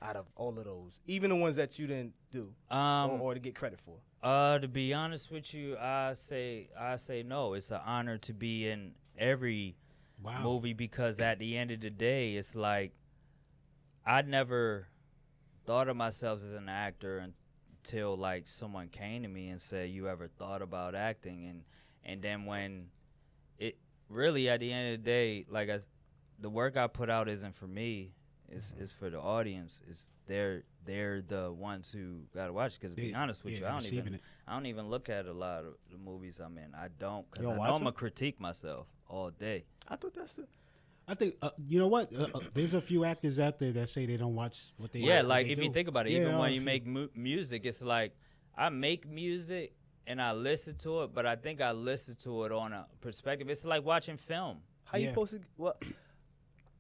out of all of those, even the ones that you didn't do
Um,
Oh, or, or to get credit for?
Uh, to be honest with you, I say I say no. It's an honor to be in every
Wow.
movie because at the end of the day, it's like I never thought of myself as an actor until like someone came to me and said, "You ever thought about acting?" and and then when it really at the end of the day, like I, s- the work I put out isn't for me. It's
Mm-hmm.
it's for the audience. It's they're they're the ones who gotta watch. Because to be
They-
honest with
yeah,
you,
they're
I don't even
receiving it.
I don't even look at a lot of the movies I'm in. I don't because
You don't
I know
watch
I'm
them?
gonna critique myself all day.
I thought that's the
I think uh, you know what. Uh, uh, there's a few actors out there that say they don't watch what they.
Yeah,
what
like
they
if you
do.
think about it,
Yeah,
even
oh,
when
if
you make mu- music, it's like I make music and I listen to it, but I think I listen to it on a perspective. It's like watching film.
how you
Yeah.
supposed to. Well,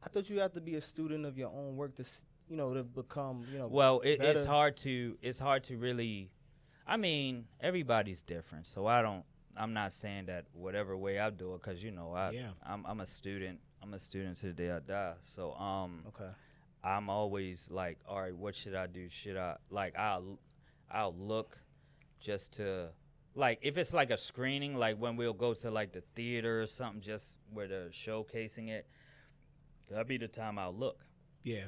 I thought you had to be a student of your own work to s- you know to become you know.
Well, it,
better.
it's hard to it's hard to really. I mean, everybody's different, so I don't. I'm not saying that whatever way I do it, because you know I
Yeah.
I'm, I'm a student. I'm a student to the day I die. So um.
Okay.
I'm always like, all right, what should I do? Should I like I'll I'll look just to like if it's like a screening, like when we'll go to like the theater or something, just where they're showcasing it. That'd be the time I'll look.
Yeah.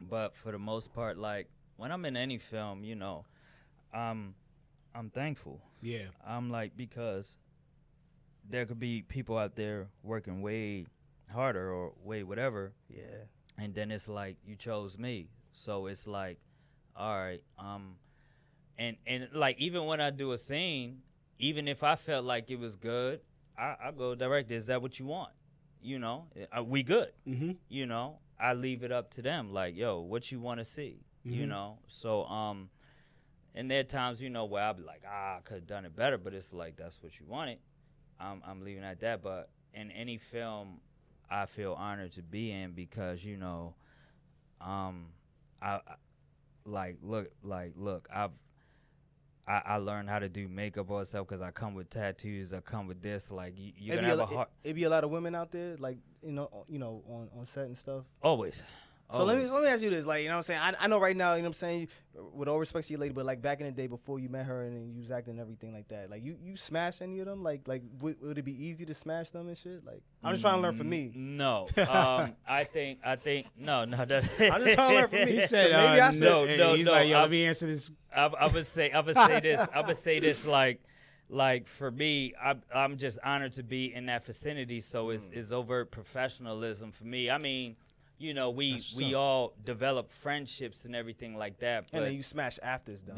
But for the most part, like when I'm in any film, you know, um, I'm thankful.
Yeah.
I'm like because there could be people out there working way harder or way whatever
Yeah.
and then it's like you chose me so it's like all right um and and like even when i do a scene even if i felt like it was good i i go direct is that what you want you know Uh, we good
Mm-hmm.
you know i leave it up to them like yo what you want to see you
Mm-hmm.
Mhm.
know so um and there are times you know where i'll be like ah i could have done it better but it's like that's what you wanted i'm, I'm leaving it at that but in any film i feel honored to be in because you know um i, I like look like look i've I, I learned how to do makeup all stuff because I come with tattoos. I come with this. Like you, you're
It'd
gonna
be
have
a,
a
lo-
heart
It, would be a lot of women out there, like you know, o- you know, on, on set and stuff.
always.
So let me
Always.
let me ask you this, like you know, what I'm saying, I, I know right now, you know, what I'm saying, with all respect to your lady, but like back in the day before you met her and then you was acting and everything like that, like you you smash any of them, like like would, would it be easy to smash them and shit? Like I'm just trying to learn from
Mm-hmm.
me.
No, um, I think I think no, no. That,
I'm just trying to learn from me.
He said,
Maybe I
uh,
should-
no,
No, no,
He's
no,
like, yo, let
I'm-
me answer this.
I, I would say I would say this. I would say this like like for me, I, I'm just honored to be in that vicinity. So it's,
Mm.
it's overt professionalism for me. I mean, you know, we
That's what's
we
up.
all develop friendships and everything like that. But
And then you smash after it's done.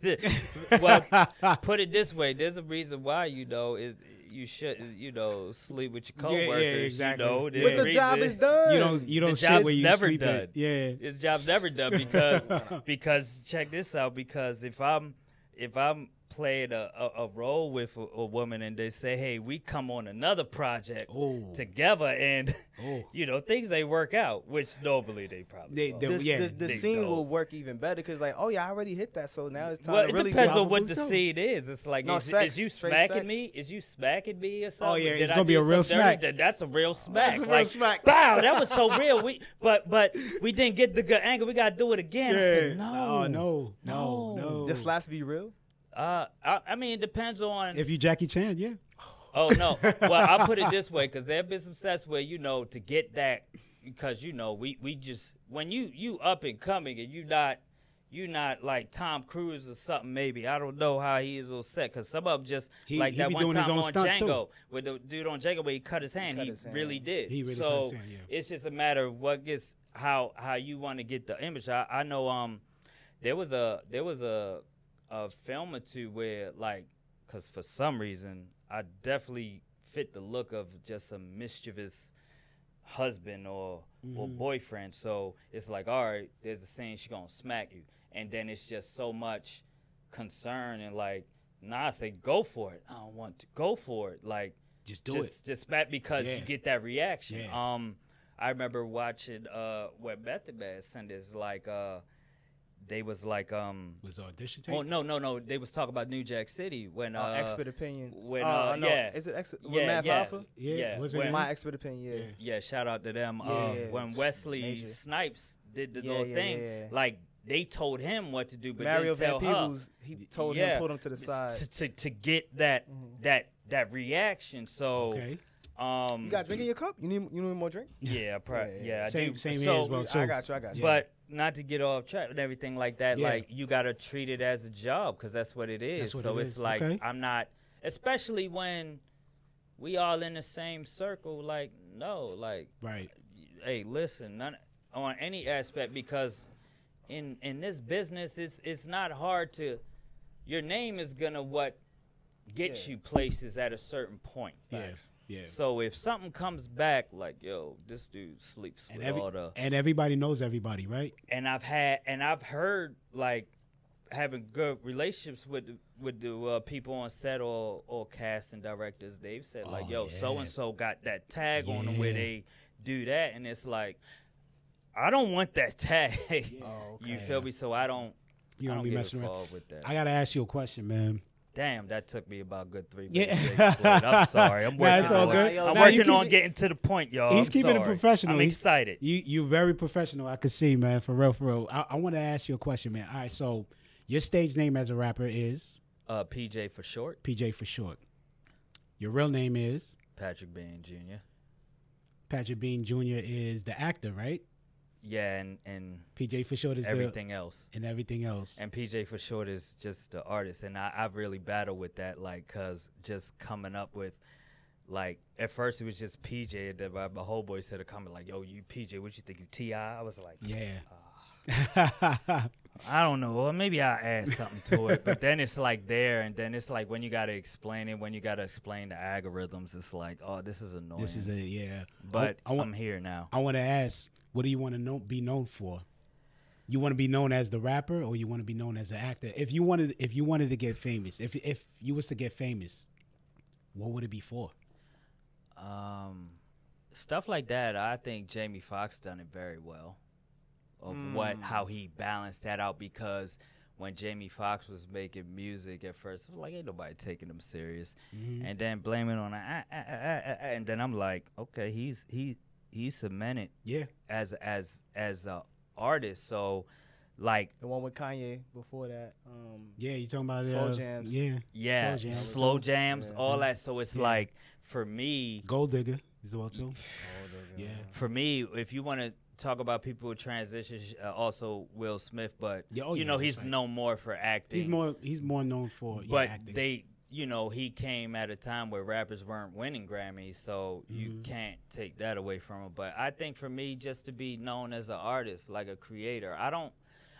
the, well, put it this way: there's a reason why you know it. you should you know sleep with your
Yeah, yeah,
coworkers.
exactly.
You know,
But
But
then
the
read
job
it.
is done.
You don't you
The
don't
job's
shit where you
never
sleep
done.
at. Yeah.
His job's never done because because check this out because if I'm if I'm playing a, a, a role with a, a woman and they say hey we come on another project
Ooh.
together and
Ooh.
you know things they work out which normally they probably
Oh. They-
won't.
they-
The,
Yeah,
the, the
they
scene
go.
will work even better because like, oh yeah, I already hit that, so now it's time
well
to
it
really.
depends
go-
on what the
Probably so.
scene is it's like
No,
is,
sex,
is you
straight
smacking
sex.
me is you smacking me or something
Oh, yeah,
Did
it's
I
gonna be
do
a real
something dirty?
smack.
Then that's a real smack
a real
like,
smack.
wow that was so real we but but we didn't get the good angle we gotta do it again I said,
Yeah. Oh, no. No. No.
No.
This last be real.
Uh, I, I mean, it depends on.
if you Jackie Chan, yeah.
oh no, well I'll put it this way, because there have been some sets where you know to get that, because you know we we just when you you up and coming and you not you not like Tom Cruise or something maybe I don't know how he is on set, because some of them just
He-
like
he
that
be
one
doing his
time
own
on
stunt, too.
Django with the dude on Django where he cut his hand,
cut
he,
his hand.
really did.
He really cut
so
his hand, yeah.
it's just a matter of what gets how how you want to get the image. I, I know um there was a there was a a film or two where like because for some reason I definitely fit the look of just a mischievous husband or or
Mm-hmm.
boyfriend. So it's like all right, there's a scene she gonna smack you, and then it's just so much concern and like nah, I say go for it. I don't want to go for it. Like
Just do it.
just, Just smack because
Yeah.
you get that reaction.
Yeah.
Um, I remember watching uh what Method Man sent is like uh they was like um
Was audition tape.
oh no no no they was talking about New Jack City when uh,
Uh, expert opinion.
when
Uh,
uh,
no,
yeah
is it expert- with
yeah
Matt
yeah
Pfeiffer?
Yeah,
yeah
was it
when-
him?
My expert opinion. Yeah.
Yeah.
yeah, shout out to them. um,
Yeah,
when
it's
Wesley
major.
Snipes did the
Yeah,
little
yeah,
thing,
yeah, yeah.
like they told him what to do, but
Mario
didn't tell
Van
her.
Peebles. He told
yeah,
him, pulled him to the
s-
side. Mm-hmm.
to, to, to get that that that reaction. So,
Okay.
um,
You got drink in your cup? You need you need more drink?
yeah, probably,
Yeah,
yeah,
yeah.
I
Same-
do.
same here
so,
as well. So-
I got you. I got you.
But not to get off track and everything like that,
Yeah.
like you gotta treat it as a job because that's what it is.
That's what
so
it
it's
is.
like
Okay.
I'm not, especially when we all in the same circle. Like no, like
Right.
hey, listen, none on any aspect because in in this business it's it's not hard to your name is gonna what get
Yeah.
you places at a certain point.
Yeah. Yeah.
So if something comes back like, yo, this dude sleeps
and
with
every
all the
and everybody knows everybody, right?
and I've had and I've heard like having good relationships with the- with the uh, people on set or or cast and directors. They've said like,
Oh,
yo,
yeah.
so and so got that tag on them where
Yeah.
they do that, and it's like, I don't want that tag.
Oh,
You
okay.
feel me? So I don't.
You
I
don't
don't
be
get
messing around.
involved with that.
I gotta ask you a question, man.
Damn, that took me about a good three
Yeah.
minutes. to explain. I'm sorry. I'm
Nah,
working
it's
all
on,
good.
I'm
Nah, you
working
keep
on
it-
getting to the point, y'all.
He's
I'm
keeping it
sorry.
professional.
I'm
He's-
excited.
You you very professional. I could see, man. For real, for real. I, I want to ask you a question, man. All right. So your stage name as a rapper is
Uh, PJ for short,
PJ for short. Your real name is
Patrick Bean Jr.
Patrick Bean Jr. Is the actor, right?
Yeah, and and
PJ for short is
everything else.
the and everything else.
And PJ for short is just the artist, and I, I really battle with that, like, cause just coming up with, like, at first it was just PJ, and then my, my whole boy said a comment like, "Yo, you PJ, what you think you Ti?" I was like, Ah.
yeah.
I don't know, or maybe I add something to it, but then it's like there, and then it's like when you gotta explain it, when you gotta explain the algorithms, it's like, oh, this is annoying.
this is a yeah.
but
I, I want
I'm here now.
I want to ask, what do you want to know, be known for? You want to be known as the rapper, or you want to be known as an actor? If you wanted, if you wanted to get famous, if if you was to get famous, what would it be for?
Um, stuff like that, I think Jamie Foxx done it very well. Of
Mm.
what how he balanced that out because when Jamie Foxx was making music at first, I was like, ain't nobody taking him serious,
Mm.
and then blame it on a, ah, ah, ah, ah, ah, and then I'm like, okay, he's he he cemented
Yeah,
as as as a artist, so like
the one with Kanye before that. Um,
yeah. You talking about
Soul
uh,
jams.
Yeah,
yeah,
Slow jams.
slow jams, all that. So it's like for me,
Gold Digger as well too. Yeah,
for me, if you want to talk about people with transitions, uh, also Will Smith, but
Yeah, oh
you
yeah,
know
that's
he's
right.
known more for acting.
he's more he's more known for yeah,
but
acting.
they, you know, he came at a time where rappers weren't winning Grammys, so
Mm-hmm.
you can't take that away from him. But I think for me, just to be known as an artist, like a creator, I don't.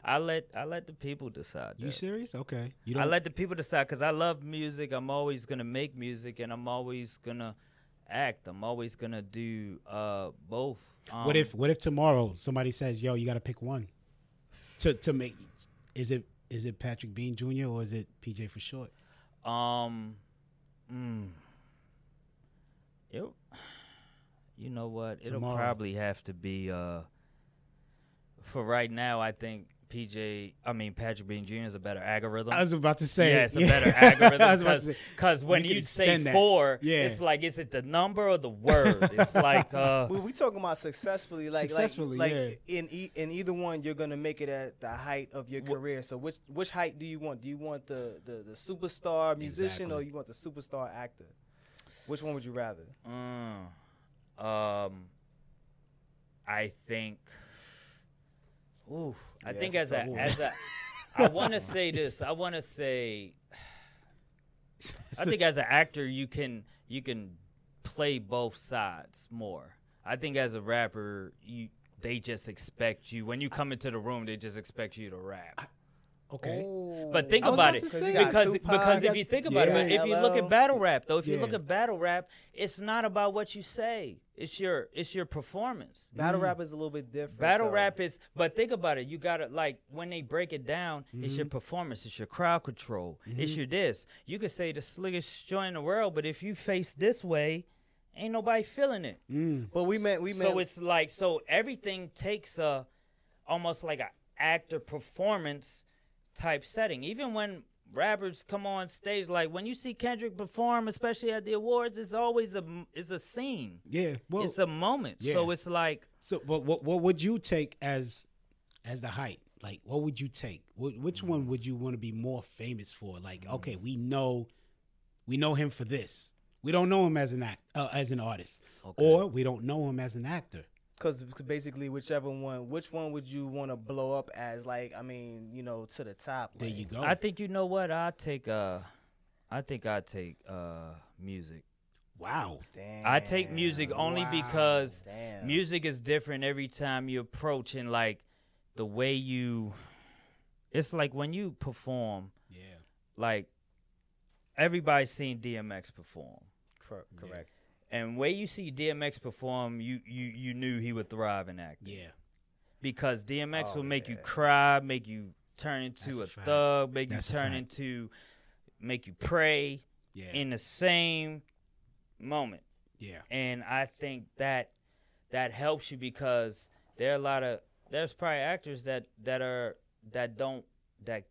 I let I let the people decide.
You
that.
serious? Okay. You
I let the people decide because I love music. I'm always gonna make music, and I'm always gonna act. I'm always gonna do uh, both. Um,
what if what if tomorrow somebody says, "Yo, you got to pick one." To to make is it is it Patrick Bean Jr. or is it PJ for short?
Um, mm, it, you know what? It'll
Tomorrow.
probably have to be uh, for right now. I think PJ, I mean Patrick Bean Jr. is a better algorithm.
I was about to say.
yeah, it's a better
I was about to
algorithm
say,
because when
we can
you say
extend that.
four,
Yeah.
it's like is it the number or the word? It's like uh,
We, we talking about successfully, like
Successfully,
like,
yeah.
like in e- in either one, you're gonna make it at the height of your career. So which which height do you want? Do you want the the, the superstar musician or
Exactly.
you want the superstar actor? Which one would you rather?
Mm. Um, I think. Ooh, I
Yeah,
think as
that's
a
a tough
as a, I want to say this. I want to say. I think as an actor, you can you can play both sides more. I think as a rapper, you they just expect you when you come into the room, they just expect you to rap.
okay.
But think
I was about
about it,
to
because
say.
because
Tupac, you
if
got-
you think about it,
Yeah.
if you look
LL.
at battle rap though, if you look
Yeah.
at battle rap, it's not about what you say. It's your it's your performance.
battle rap is a little bit different.
Battle
though.
rap is, but think about it. You gotta like when they break it down. It's
Mm-hmm.
your performance. It's your crowd control. It's your this. You could say the slickest joint in the world, but if you face this way, ain't nobody feeling it.
But we meant we meant
So it's like so everything takes a almost like a actor performance type setting. Even when rappers come on stage, like when you see Kendrick perform, especially at the awards, it's always a it's a scene.
Yeah. Well,
it's a moment. So
yeah.
it's like
so but what what would you take as as the height? Like, what would you take? Wh- which one would you want to be more famous for? Like, okay, we know we know him for this. We don't know him as an act uh, as an artist, or we don't know him as an actor.
because basically whichever one, which one would you want to blow up as? Like I mean, you know, to the top.
There
like,
you go.
I think you know what I take. Uh, I think I take uh music.
wow.
Damn.
I take music only
Wow.
because
Damn.
music is different every time you approach and like the way you. It's like when you perform,
Yeah.
like everybody's seen DMX perform,
Cor- correct.
and way you see DMX perform, you you you knew he would thrive in acting
Yeah.
because DMX
Oh,
will make you
yeah.
cry, make you turn into
That's a
a,
fact.
thug, make
That's a
you turn
fact.
into, make you pray
Yeah.
in the same moment.
yeah.
And I think that that helps you because there are a lot of there's probably actors that that are that don't that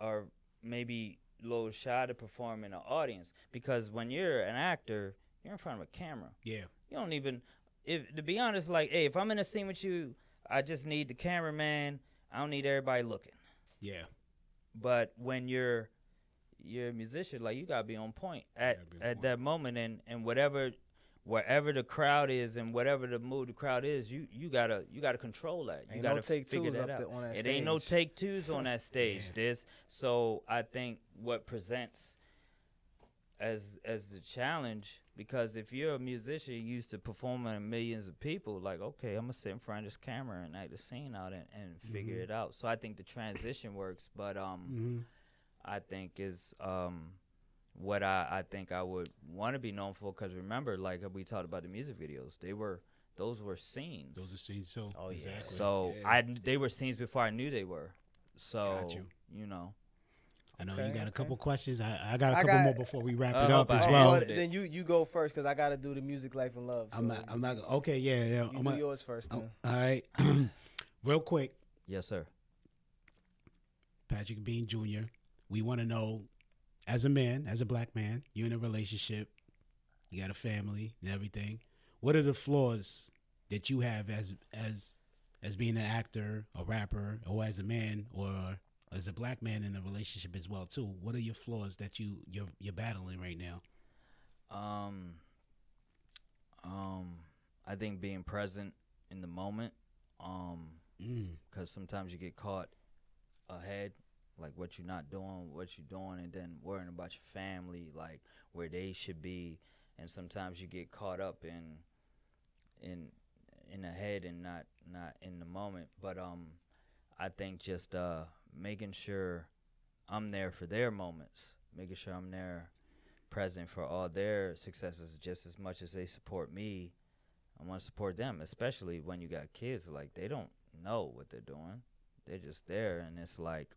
are maybe a little shy to perform in an audience because when you're an actor, you're in front of a camera.
Yeah.
You don't even if to be honest, like, hey, if I'm in a scene with you, I just need the cameraman. I don't need everybody looking.
Yeah.
But when you're you're a musician, like you gotta be on point at
gotta be on
at
point.
that moment, and and whatever wherever the crowd is and whatever the mood the crowd is, you you gotta you gotta control that. You
Ain't no
gotta
take
figure
twos
that
up
out.
there on that
it ain't no
stage.
take twos on that stage. This so I think what presents as as the challenge because if you're a musician you're used to performing to millions of people, like okay, I'm gonna sit in front of this camera and act the scene out and, and
Mm-hmm.
figure it out. So I think the transition works, but um.
Mm.
hmm
I think is um, what I, I think I would want to be known for. Because remember, like we talked about the music videos, they were those were scenes.
Those are scenes. So.
Oh, yeah.
so I kn- they were scenes before I knew they were. So
you.
you. know,
I know you
Okay,
got a
okay.
couple questions. I, I got a
I
couple
got-
more before we wrap
I
it
hope
up as
I
well.
answered.
But then you you go first because I got to do the music, life, and love.
I'm
so
not. I'm not. gonna- Okay. Yeah. Yeah.
You
I'm
do
not-
yours first. Then.
all right. Real quick,
yes, sir.
Patrick Bean Jr. We want to know, as a man, as a black man, you're in a relationship, you got a family and everything. What are the flaws that you have as as as being an actor, a rapper, or as a man, or as a black man in a relationship as well too? What are your flaws that you you're you're battling right now?
Um, um, I think being present in the moment. Um,
Mm.
because sometimes you get caught ahead, like what you're not doing, what you're doing, and then worrying about your family, like where they should be, and sometimes you get caught up in in in the head and not not in the moment. But um, I think just uh, making sure I'm there for their moments, making sure I'm there present for all their successes just as much as they support me. I want to support them, especially when you got kids. Like, they don't know what they're doing, they're just there. And it's like,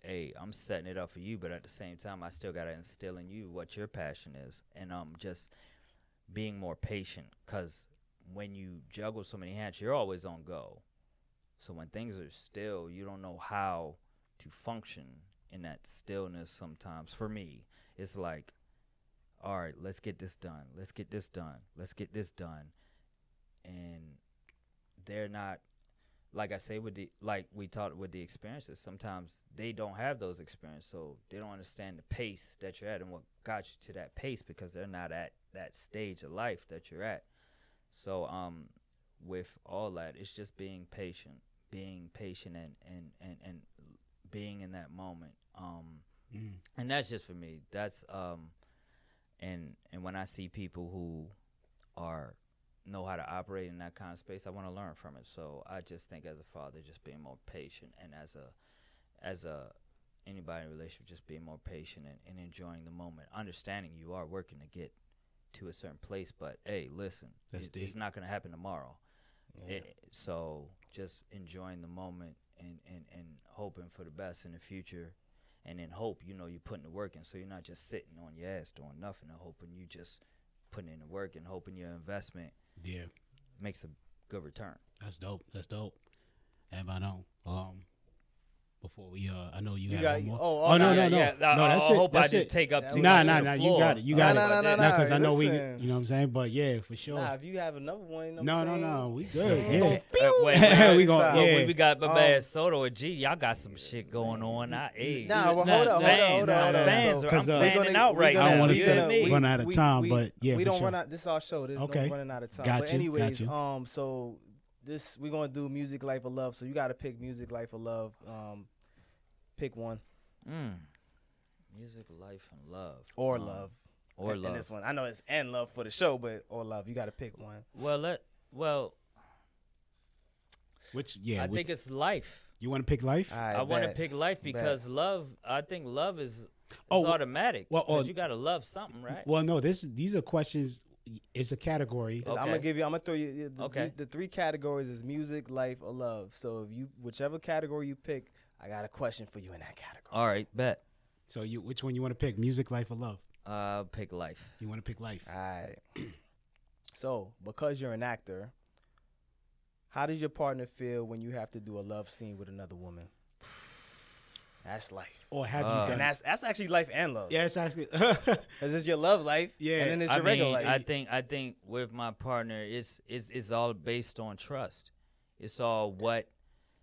hey, I'm setting it up for you, but at the same time, I still got to instill in you what your passion is. And um, just being more patient because when you juggle so many hats, you're always on go. So when things are still, you don't know how to function in that stillness sometimes. For me, it's like, all right, let's get this done. Let's get this done. Let's get this done. And they're not like I say with the like we talked with the experiences, sometimes they don't have those experiences, so they don't understand the pace that you're at and what got you to that pace because they're not at that stage of life that you're at. So um with all that, it's just being patient, being patient and and and, and being in that moment. Um
Mm.
and that's just for me. That's um and and when I see people who are know how to operate in that kind of space, I want to learn from it. So I just think as a father, just being more patient, and as a as a anybody in a relationship, just being more patient and, and enjoying the moment, understanding you are working to get to a certain place, but hey, listen,
That's
it- it's
deep.
not going to happen tomorrow.
Yeah.
It, so just enjoying the moment and, and, and hoping for the best in the future. And then hope, you know, you're putting the work in. So you're not just sitting on your ass doing nothing and hoping you just putting in the work and hoping your investment
Yeah,
makes a good return.
that's dope. That's dope. And I know. Um, before we, uh, I know you,
You
had
got-
one more.
oh,
no,
okay.
no,
Yeah,
no,
yeah, I-
no.
I,
That's
I
it.
hope
that's
I didn't
it.
take up
That
too
was-
Nah,
much.
nah,
of the
nah. You
floor.
got it. You
I
got
Nah,
it.
nah, nah,
Nah, because
nah,
I know we.
listen.
You know what I'm saying? But yeah, for sure.
Nah, if you have another one, you know what
no,
I'm
no,
saying?
no. We good.
Yeah.
Yeah.
Uh, wait,
Yeah,
we gonna-
Well,
yeah.
Oh, we- we got my
Um,
bad Soto and G. Y'all got some shit going on. I hey.
Nah, well, hold
Nah,
up, hold up, hold
fans,
up, hold
nah,
up.
fans
So-
are, I'm
Cause, uh,
we
fanning
gonna-
out
we
right
gonna-
now.
I wanna
we
stay-
you know
gonna-
what I mean?
we-
Run out of
we-
time,
we-
but yeah,
we
for
don't
sure.
run out. This is our show. There's
Okay.
no running out of time.
Got
but
you, got
anyways,
you.
um, so this we're gonna do music life or love. So you gotta pick music life or love. Um, pick one
Mm. Music, life, and love.
or
Um,
love.
Or
in,
love.
In this one, I know it's and love for the show, but or love. You gotta pick one.
Well, let well,
Which yeah,
I
which-
think it's life.
you want to pick life?
I,
I want to
bet.
pick life
Bet.
because love. I think love is, is
Oh,
automatic.
well,
Well,
oh,
you gotta love something, right?
Well, no. This these are questions. It's a category.
Oh.
I'm gonna
Okay.
give you. I'm gonna throw you. you- The,
Okay.
these- the three categories is music, life, or love. So if you whichever category you pick, I got a question for you in that category.
All right, bet.
So you, which one you want to pick? Music, life, or love?
Uh, pick life.
You want to pick life?
Uh,
All right. so because you're an actor, how does your partner feel when you have to do a love scene with another woman? That's life.
Or have
Uh,
you done?
And that's that's actually life and love.
yeah, it's actually.
Cause it's your love life.
Yeah.
And then it's
I
your regular
mean,
life.
I think I think with my partner, it's it's it's all based on trust. It's all what,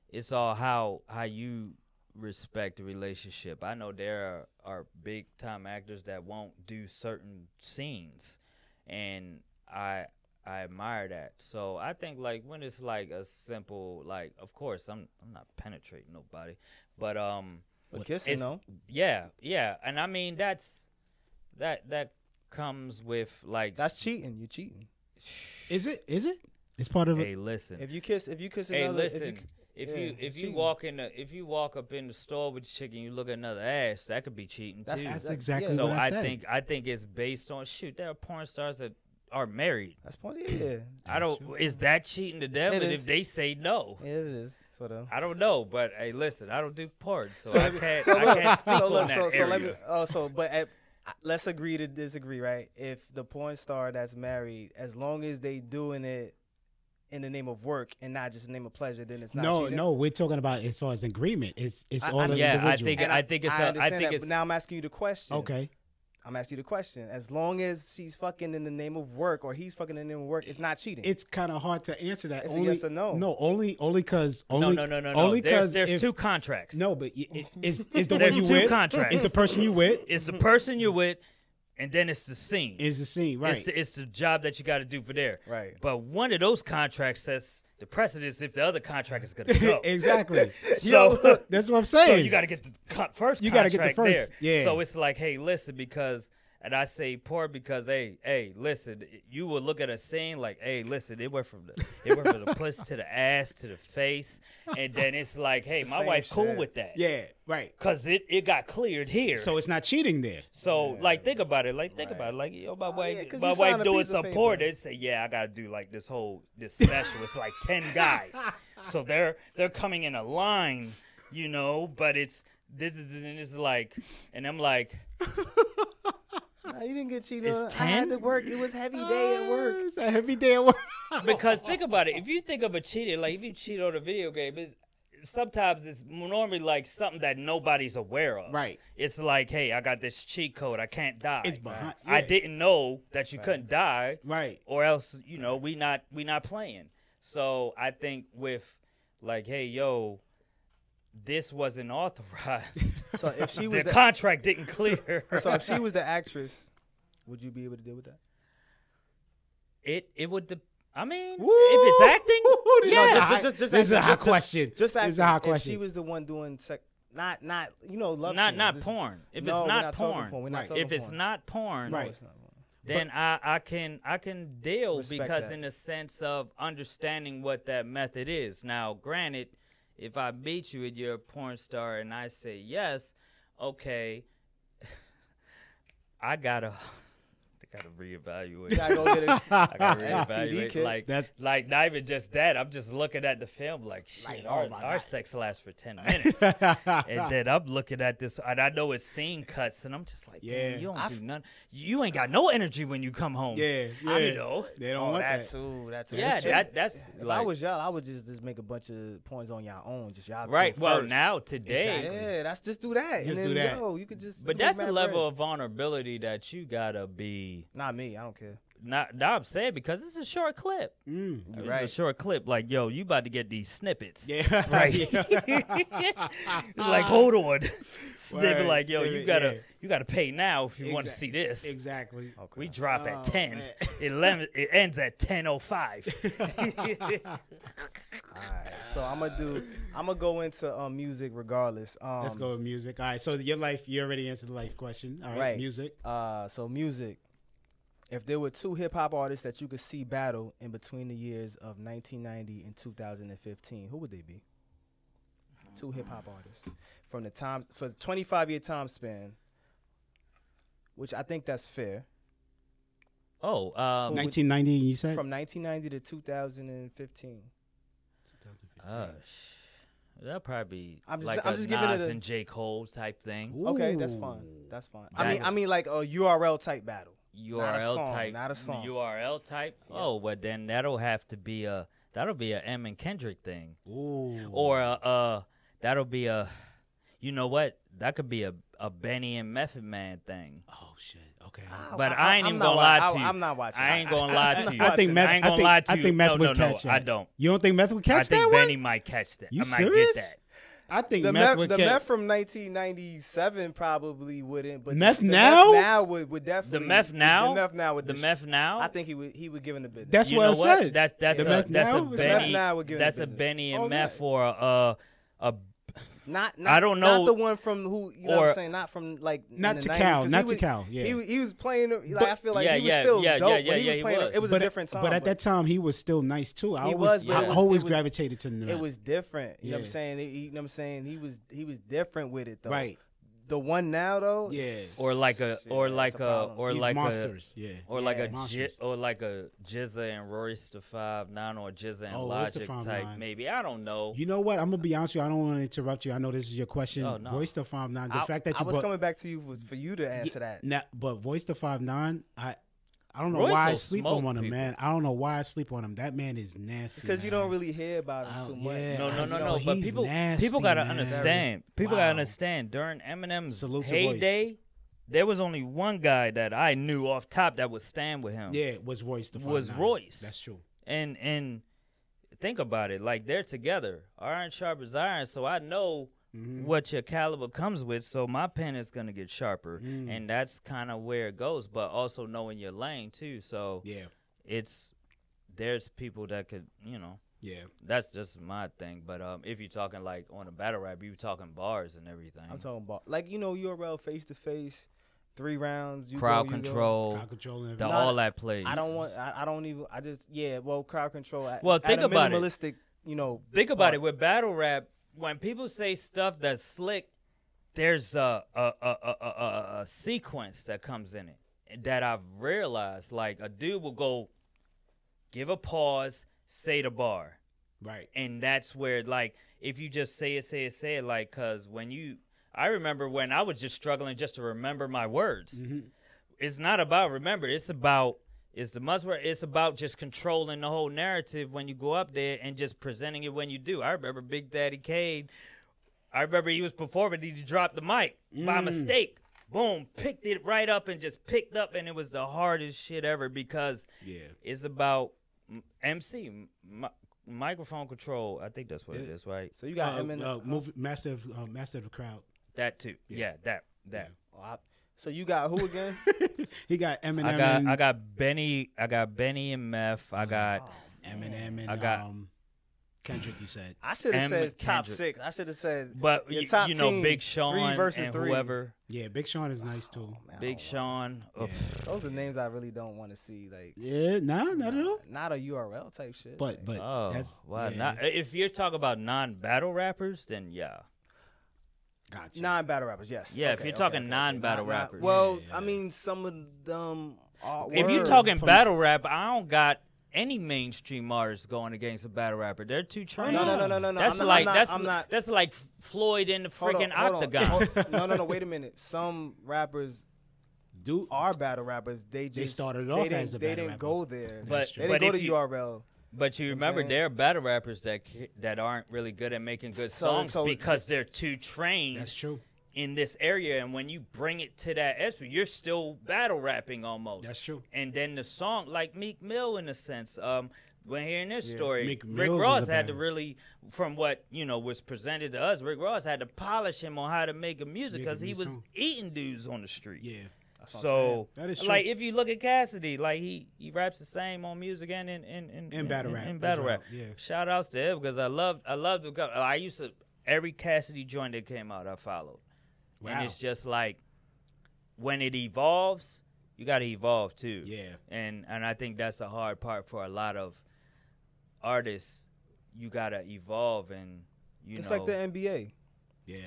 it's all how how you respect the relationship. I know there are, are big time actors that won't do certain scenes, and I I admire that. So I think like when it's like a simple like, of course I'm I'm not penetrating nobody, but um
but kissing
it's-
though.
yeah yeah, and I mean that's that that comes with like
That's cheating. You're cheating.
is it? Is it? It's part of it.
Hey, listen.
If you kiss if you kiss
Hey,
another if you
listen.
c-
If
yeah,
you if you,
it's cheating.
walk in the if you walk up in the store with a chick and you look at another ass, that could be cheating
That's-
too.
That's
that-
exactly
yeah.
so
what I,
I
said.
think I think it's based on shoot. There are porn stars that are married.
that's point yeah.
I don't. Is that cheating to them?
It
And
is.
if they say no,
Yeah, it is. Sort of.
I don't know. But hey, listen, I don't do porn, so,
So
I
let me-
can't.
so
I
look-
can't speak
so
on
look-
that
so- so
area.
let me- oh, so but at, let's agree to disagree, right? If the porn star that's married, as long as they doing it in the name of work and not just the name of pleasure, then it's not.
No,
cheating.
no. We're talking about as far as agreement. It's it's
I-
all
I-
of
yeah, I
individual.
think-
And
it's
I
a- I
understand
think
that,
it's-
but now I'm asking you the question.
okay.
I'm asking you the question. As long as she's fucking in the name of work or he's fucking in the name of work, it's not cheating.
It's kind of hard to answer that.
It's a
only,
yes or no.
No, only only because
no,
only
no, no, no, no.
only because
There's there's
if-
two contracts.
No, but y- it, it's it's the
There's
one you
two
with.
contracts.
It's the person you with.
it's the person you're with, and then it's the scene.
Is the scene right?
It's, it's the job that you got to do for there.
Right.
But one of those contracts sets the precedence if the other contract is going to go.
exactly.
So-
Yo, that's what I'm saying.
So you got to get the co- first.
You gotta get the
contract
first,
There.
yeah.
So it's like, hey, listen, because And I say poor because hey, hey, listen, you would look at a scene like, hey, listen, it went from the it went from the pussy to the ass to the face, and then it's like, hey, my
same
wife cool
shit.
with that,
Yeah, right.
cause it it got cleared here. So,
So it's not cheating there.
like, think about it, like, think about it, like, yo, my wife,
Oh, 'cause
my
you signed
wife
a
doing
piece of
some
paper.
porn, they say, yeah, I gotta do like this whole this special. it's like ten guys, so they're they're coming in a line, you know, but it's this is and it's like, and I'm like.
Nah, you didn't get cheated
It's
on. I had
10?
to work. It was heavy day at work.
Ah, It's a heavy day at work.
Because think about it. If you think of a cheater, like if you cheat on a video game, it's, sometimes it's normally like something that nobody's aware of.
Right.
It's like, hey, I got this cheat code. I can't die.
It's behind-
I
yeah.
didn't know that you couldn't die.
Right.
Or else, you know, we not we not playing. So I think with like, hey, yo, this wasn't authorized.
So if she
the
was the,
contract didn't clear.
so if she was the actress, would you be able to deal with that?
it it would. De- I mean,
Woo!
if it's acting,
This is
yeah,
a high-
just- just-
this is a
just-
hot question.
Just
this
acting.
is a hot
If she
question.
was the one doing sex, not not you know love.
not
scenes.
not
This-
porn. If
No,
it's
we're
not,
talking
porn,
We're not
Right.
talking
if it's
porn.
not porn,
No,
Right.
it's not porn.
then I, I can I can deal
Respect
because
that.
in the sense of understanding what that method is. Now, granted, if I meet you and you're a porn star and I say yes, okay, I gotta I gotta reevaluate.
I go get it.
I gotta reevaluate.
STD
Like
That's-
that's like not even just that. I'm just looking at the film like shit.
Like, oh
our,
my
our
God.
sex lasts for ten minutes, and then I'm looking at this, and I know it's scene cuts, and I'm just like,
Yeah.
damn, you don't
I
do
f-
none. You ain't got no energy when you come home.
yeah, yeah.
I know. Oh,
They don't want that.
too. That too.
Yeah, that that's
If
like
I was y'all, I would just just make a bunch of points on y'all own, just y'all. two
right. Well,
first.
now today,
Yeah, that's just do that.
Just
and then,
do that.
Yo, you could just.
but
you could
that's
make
a
mad bread.
level of vulnerability that you gotta be.
Not me. I don't care.
Not, not I'm saying because it's a short clip.
Mm.
It's a
right.
short clip. Like, yo, you about to get these snippets. Ah.
Yeah.
right?
Yeah.
like, hold on, Snip,
Word,
like, yo,
snip
you
it,
gotta,
yeah.
you gotta pay now if you want to
Exact-
see this.
Exactly.
We drop at
Oh,
ten.
man.
It, lem- it ends at ten oh five.
All right. So I'm gonna do. I'm gonna go into um, music regardless. Um,
Let's go with music. All right. So your life, you already answered the life question. All right.
Right.
Music.
Uh, so music. If there were two hip hop artists that you could see battle in between the years of 1990 and 2015, who would they be? Two hip hop artists from the time for the 25 year time span, which I think that's fair.
Oh, um,
1990, you said?
From 1990 to 2015.
2015.
uh, sh- that'd probably
I'm just-
like
I'm
a
just giving it
Nas
a-
and J Cole type thing.
Okay, that's
Ooh.
fine. That's fine. I mean,
Battle.
I mean like a URL type battle.
URL
song,
type,
not a song.
URL type. Oh, well then that'll have to be a that'll be a M and Kendrick thing.
Ooh.
or a, uh that'll be a you know what that could be a, a benny and method man thing
oh shit. Okay.
but
I-
I, ain't
I'm
even
not
gonna
wa-
lie
I-
to you
I'm not watching.
i ain't gonna lie to Ah, you
I think meth.
i ain't
I
gonna
think-
lie to
I
you
think meth
no,
would
no,
catch
no,
that.
i don't
You don't think meth would catch
i think
that
benny
one?
might catch that
You
i might
serious?
get that
I think
The
meth
meth,
would
the
catch.
meth from 1997 probably wouldn't, but
Meth
the, the
now?
meth now would, would definitely
the meth now
the meth now would
the
dis-
meth now
I think he would he would give him the business.
That's
you
what
know
I
what
said.
that's that's
The
a
meth
that's
now
a
is-
benny
Meth now would give it
that's a
business.
benny and
Oh,
meth
yeah.
or a, a
not, not
I don't
not
know-
the one from who you know what
or-
I'm saying not from like in
Not
the
to
90s,
Cal,
'cause
not
he
to
was-
Cal, yeah.
he, was- he was playing like I feel like
yeah,
he was
yeah,
still
yeah,
dope
yeah,
but he
yeah,
was
he
playing
was.
it was
but
a different time
But at that time, he was still nice too. I
He
always,
was, but
I
it was-
always
it was-
gravitated to the
it
meth.
was different you know what
Yeah.
I'm saying He- you know what I'm saying he was he was different with it though
right.
the one now though
Yeah.
or like a or
that's
like
a
a
problem.
or
These
like a
monsters. yeah.
Or like
Yeah.
a J-
Monsters.
or like a Jizza and Rory Five Nine or Jizza and
Oh, what's the
Logic
five
type,
nine?
maybe I don't know.
You know what? I'm gonna be honest with you. I don't want to interrupt you. I know this is your question.
Oh, no.
Voice to five nine. The
I,
fact that
I
you
was
brought,
coming back to you for, for you to answer
Yeah,
that
nah, but voice to five nine. I I don't know
Royce
why I
will
sleep
smoke
on him,
people.
man. I don't know why I sleep on him. That man is nasty.
because you
man.
don't really hear about
I
him too
don't-
much
yeah.
no, no,
you
no,
know,
no. But
he's
people,
nasty,
people gotta
man.
understand. People gotta
Wow.
understand. During Eminem's
Salute to Royce.
heyday, there was only one guy that I knew off top that would stand with him.
Yeah, it was Royce the
Was
5'9".
Royce.
That's true.
and and think about it like they're together iron sharp as iron so i know
Mm-hmm.
what your caliber comes with so my pen is going to get sharper
Mm-hmm.
Mm.
and that's kind of where it goes but also knowing your lane too so
Yeah,
it's there's people that could you know
yeah.
that's just my thing but um if you're talking like on a battle rap you talking bars and everything
I'm talking about like you know URL face to face. three rounds. You
crowd
go, you go.
control,
Crowd control and
the
Nah,
everything.
all that plays.
I don't want. I, I don't even. I just yeah. Well, crowd control. At,
Well,
at
think
a
about it.
minimalistic, You know.
Think about it with battle rap. When people say stuff that's slick, there's a a a a, a, a, a sequence that comes in it that I've realized. Like a dude will go, give a pause, say the bar,
Right.
and that's where like if you just say it, say it, say it, like because when you, I remember when I was just struggling just to remember my words.
Mm-hmm.
It's not about remember. It's about it's the must word. It's about just controlling the whole narrative when you go up there and just presenting it when you do. I remember Big Daddy Kane. I remember he was performing. He dropped the mic by mistake. Boom, picked it right up and just picked up, and it was the hardest shit ever because
Yeah.
it's about m- MC mi- microphone control. I think that's what it
Yeah.
is, right?
So you got Oh,
uh,
him in.
uh, move, master of uh, master of the crowd.
That too. Yeah, that that.
so you got who again?
he got Eminem.
I got
and,
I got Benny. I got Benny and Meth. I oh, got
Eminem and
I got-
um, Kendrick. You said
Oh, I should have
And
said top
Kendrick.
six. I should have said.
but
your
y-
top
you know
team,
Big Sean
three versus
and
three.
whoever.
yeah. Big Sean is nice too.
Man, I
Big
don't
Sean. Ugh.
Those are names I really don't want to see. Like
Yeah, nah, not at all.
not a URL type shit.
But but
Oh,
that's
why
yeah,
not? If you're talking about non-battle rappers, then yeah,
Gotcha.
non battle rappers, yes.
Yeah, if you're talking non-battle
Not- not-
rappers.
Well,
Yeah, yeah,
I mean, some of them. Are
if you're
were-
talking
From-
battle rap, I don't got any mainstream artists going against a battle rapper. They're too trained.
no, no, no, no, no.
That's
I'm not- I'm
like
not-
that's
I'm not-
that's like Floyd in the
Hold on,
freaking
hold on.
octagon.
Hold- no, no, no. Wait a minute. Some rappers
Dude,
are battle rappers. They just
started
they
off
didn't-
as a
They
battle
didn't
rapper.
go there.
But-
they
but
didn't go
if
to
you-
URL.
But you remember,
saying?
there are battle rappers that c- that aren't really good at making good
So-
songs
so-
because they're too trained
that's true.
in this area. And when you bring it to that aspect, you're still battle rapping almost.
That's true.
And then the song, like Meek Mill, in a sense, um, when hearing this story,
Meek
Rick
Mills was
Ross
a
had to
battle-
really, from what you know was presented to us, Rick Ross had to polish him on how to make a music
Make a
because he
new
was
song.
eating dudes on the street.
Yeah,
what I'm
So
saying. That is
like
true.
if you look at Cassidy, like he he raps the same on music and in in in, in-
battle
in-
rap
In
as
battle
well,
rap.
yeah.
Shout outs to him because I loved I loved because I used to every Cassidy joint that came out I followed.
Wow.
And it's just like when it evolves, you gotta evolve too.
Yeah.
And and I think that's a hard part for a lot of artists. You gotta evolve and you
It's
know
like the NBA.
yeah.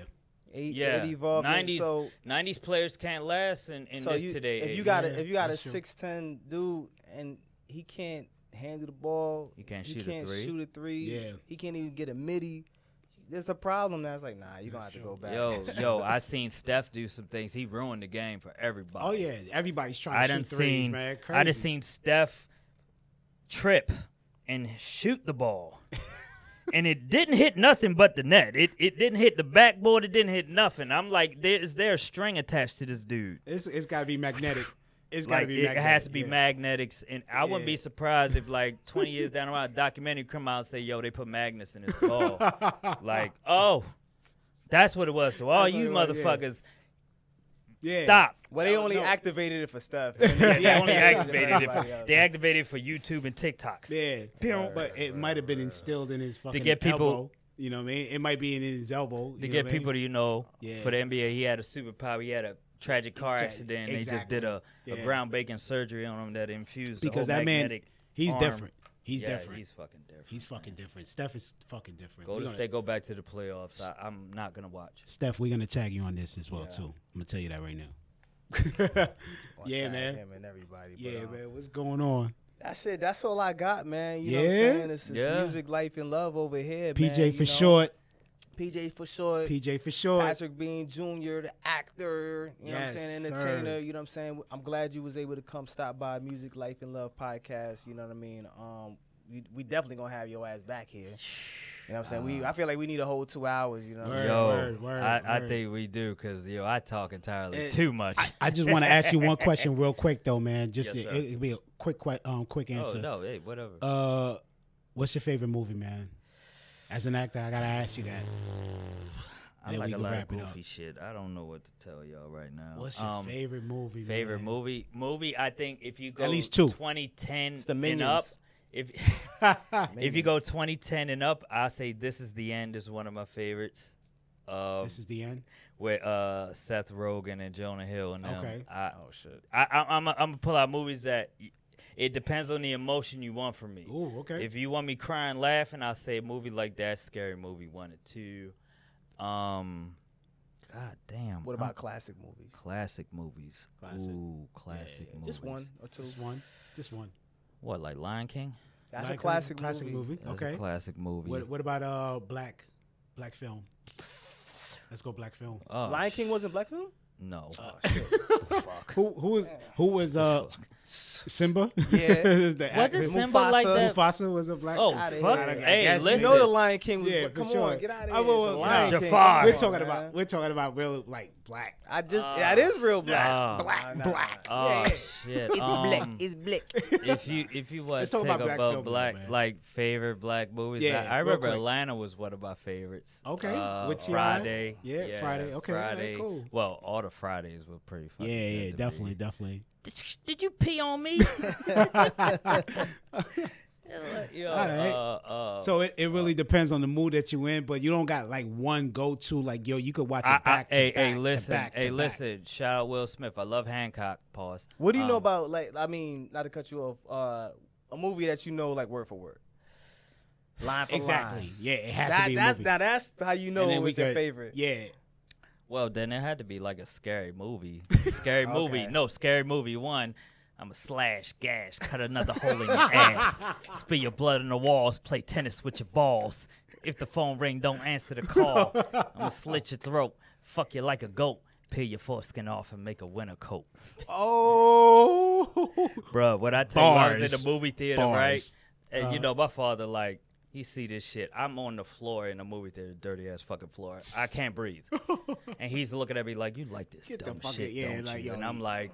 It,
yeah,
it evolved. and
90s,
so
90s players can't last in, in
so
this
you,
today.
if
age.
you got
Yeah,
a if you got a
that's true.
six ten dude and he can't handle the ball,
He can't
he
shoot a
can't
three.
shoot a three.
Yeah.
he can't even get a midi. There's a problem. That's like nah, you're gonna have
That's
to
true.
go back.
Yo, yo, I seen Steph do some things. He ruined the game for everybody.
Oh yeah, everybody's trying
I
to
done
shoot threes,
seen.
man. Crazy.
I done seen Steph trip and shoot the ball, and it didn't hit nothing but the net. It it didn't hit the backboard. It didn't hit nothing. I'm like, there is there a string attached to this dude?
It's it's gotta be magnetic. It's gotta
Like
be.
it
magnetic.
has to be
yeah.
magnetics, and I wouldn't be
Yeah.
surprised if like 20 years down the road, a documentary come out and say, "Yo, they put magnets in his ball." like, oh, that's what it was. So all
That's what
you
it was, yeah.
motherfuckers,
Yeah.
stop.
Well, they
No,
only
no.
activated it for stuff.
Yeah, they only activated it.
Everybody
For,
else.
they activated it for YouTube and TikToks.
Yeah.
Pew.
But it might have been instilled in his fucking
get people-
elbow. You know what I mean? It might be in his elbow.
To get people to, you know,
Yeah.
for the NBA, he had a superpower. He had a tragic car
Exa-
accident. and They just
exactly.
did a, a
Yeah.
groundbreaking surgery on him that infused the
because
whole
that man,
magnetic
he's
arm.
different. He's
yeah,
different.
He's
He's,
fucking different.
fucking different. Steph is fucking different.
Go
We
to
gonna-
state, go back to the playoffs. I, I'm not gonna watch.
Steph, we're gonna tag you on this as well too. I'm gonna tell you that right now. yeah,
Tag
man.
him and everybody. but,
Yeah,
um,
man. What's going on?
That shit, that's all I got, man. You know what I'm
Yeah?
saying? It's, it's
Yeah.
music, life, and love over here,
PJ
man,
for
you know?
short.
PJ for
uh,
short.
PJ for short.
Patrick Bean Jr., the actor, you know what I'm
Yes,
saying,
sir.
entertainer, you know what I'm saying? I'm glad you was able to come stop by Music, Life, and Love podcast, you know what I mean? Um, we, we definitely gonna have your ass back here. You know what I'm saying? we I feel like we need a whole two hours, you know what I'm
Uh-huh. Word,
saying?
yo,
word, word,
I, I
word.
think we do because yo, I talk entirely
Eh,
too much.
I, I just want to ask you one question real quick though, man. Just
Yes, sir.
it, will be a quick, que- um, quick
oh
answer.
no, hey, whatever.
Uh, what's your favorite movie, man? As an actor, I gotta ask you that.
I
then
like
we
a
can
lot of
wrap it up.
goofy shit. I don't know what to tell y'all right now.
What's your
Um,
favorite movie?
Favorite
man?
movie? Movie? I think if you go
least two.
2010
the
and up.
Minions.
If if you go 2010 and up, I say this is the end is one of my favorites. Um,
This is the end.
with uh, Seth Rogen and Jonah Hill. And them.
Okay.
I,
Oh shit.
I, I, I'm gonna pull out movies that y- it depends on the emotion you want from me.
Ooh, okay.
If you want me crying, laughing, I'll say a movie like that, scary movie one or two. Um, God damn.
What
I'm-
about classic movies?
classic movies?
Classic.
Ooh, classic movies.
Just one or two.
just one. Just one.
What, like Lion King?
That's a
Like
classic,
classic
movie.
movie.
That's
Okay.
a classic movie.
What what about uh black black film? Let's go black film.
oh,
Lion
sh-
King wasn't black film.
Oh,
No.
Uh,
Who who was who was uh Simba?
Yeah.
The
Was
actor.
it Simba like
Mufasa.
that?
Mufasa was a black.
Oh,
guy.
Outta
fuck.
here.
it.
I
Hey,
guess
You
listen.
know the Lion King was.
Yeah,
but
for
come
sure.
on, get out of
I
here.
will-
It's a
nah.
Lion King.
Jafar.
Come
We're
on,
talking
man.
about we're talking about real like black.
I just
Uh,
that is real black.
Ah.
black, black.
Oh
yeah.
shit! Um,
black.
if you if you was
Let's talk
take
about
about,
black films,
black
man.
like favorite black movies,
Yeah,
I, I
real
remember
quick.
Atlanta was one of my favorites.
Okay,
Uh,
with T.I.?
Friday.
Yeah, Friday. Okay, all right,
Friday.
cool.
Well, all the Fridays were pretty. Fucking
Yeah,
good
yeah,
to
definitely,
Me.
definitely.
Did you, did you pee on me? Yo,
All right.
uh, uh,
So it, it really depends on the mood that you in, but you don't got like one go to like yo. You could watch it
I, I,
back to
hey,
back
hey,
to
listen,
back to
hey,
back.
listen. Shout out Will Smith. I love Hancock. Pause.
What do you know
Um,
about like? I mean, not to cut you off. Uh, a movie that you know like word for word, line for
Exactly.
line.
Yeah, it has to
That,
be a
that's
movie.
now that's how you know
And
it
then we
was your
could-
favorite.
Yeah,
Well, then it had to be like a scary movie. Scary movie.
Okay.
No, scary movie one. I'm a slash gash, cut another hole in your ass, spill your blood on the walls, play tennis with your balls. If the phone ring, don't answer the call. I'm gonna slit your throat, fuck you like a goat, peel your foreskin off and make a winter coat.
Oh,
Bruh, what I tell you, I was in
Bars.
the movie theater,
Bars.
right? And you know, my father, like, he see this shit. I'm on the floor in the movie theater, dirty ass fucking floor. I can't breathe. and he's looking at me like, you like this
Get the
dumb
fuck
shit,
out- yeah,
don't
like,
you?
yo,
and I'm
you-
like,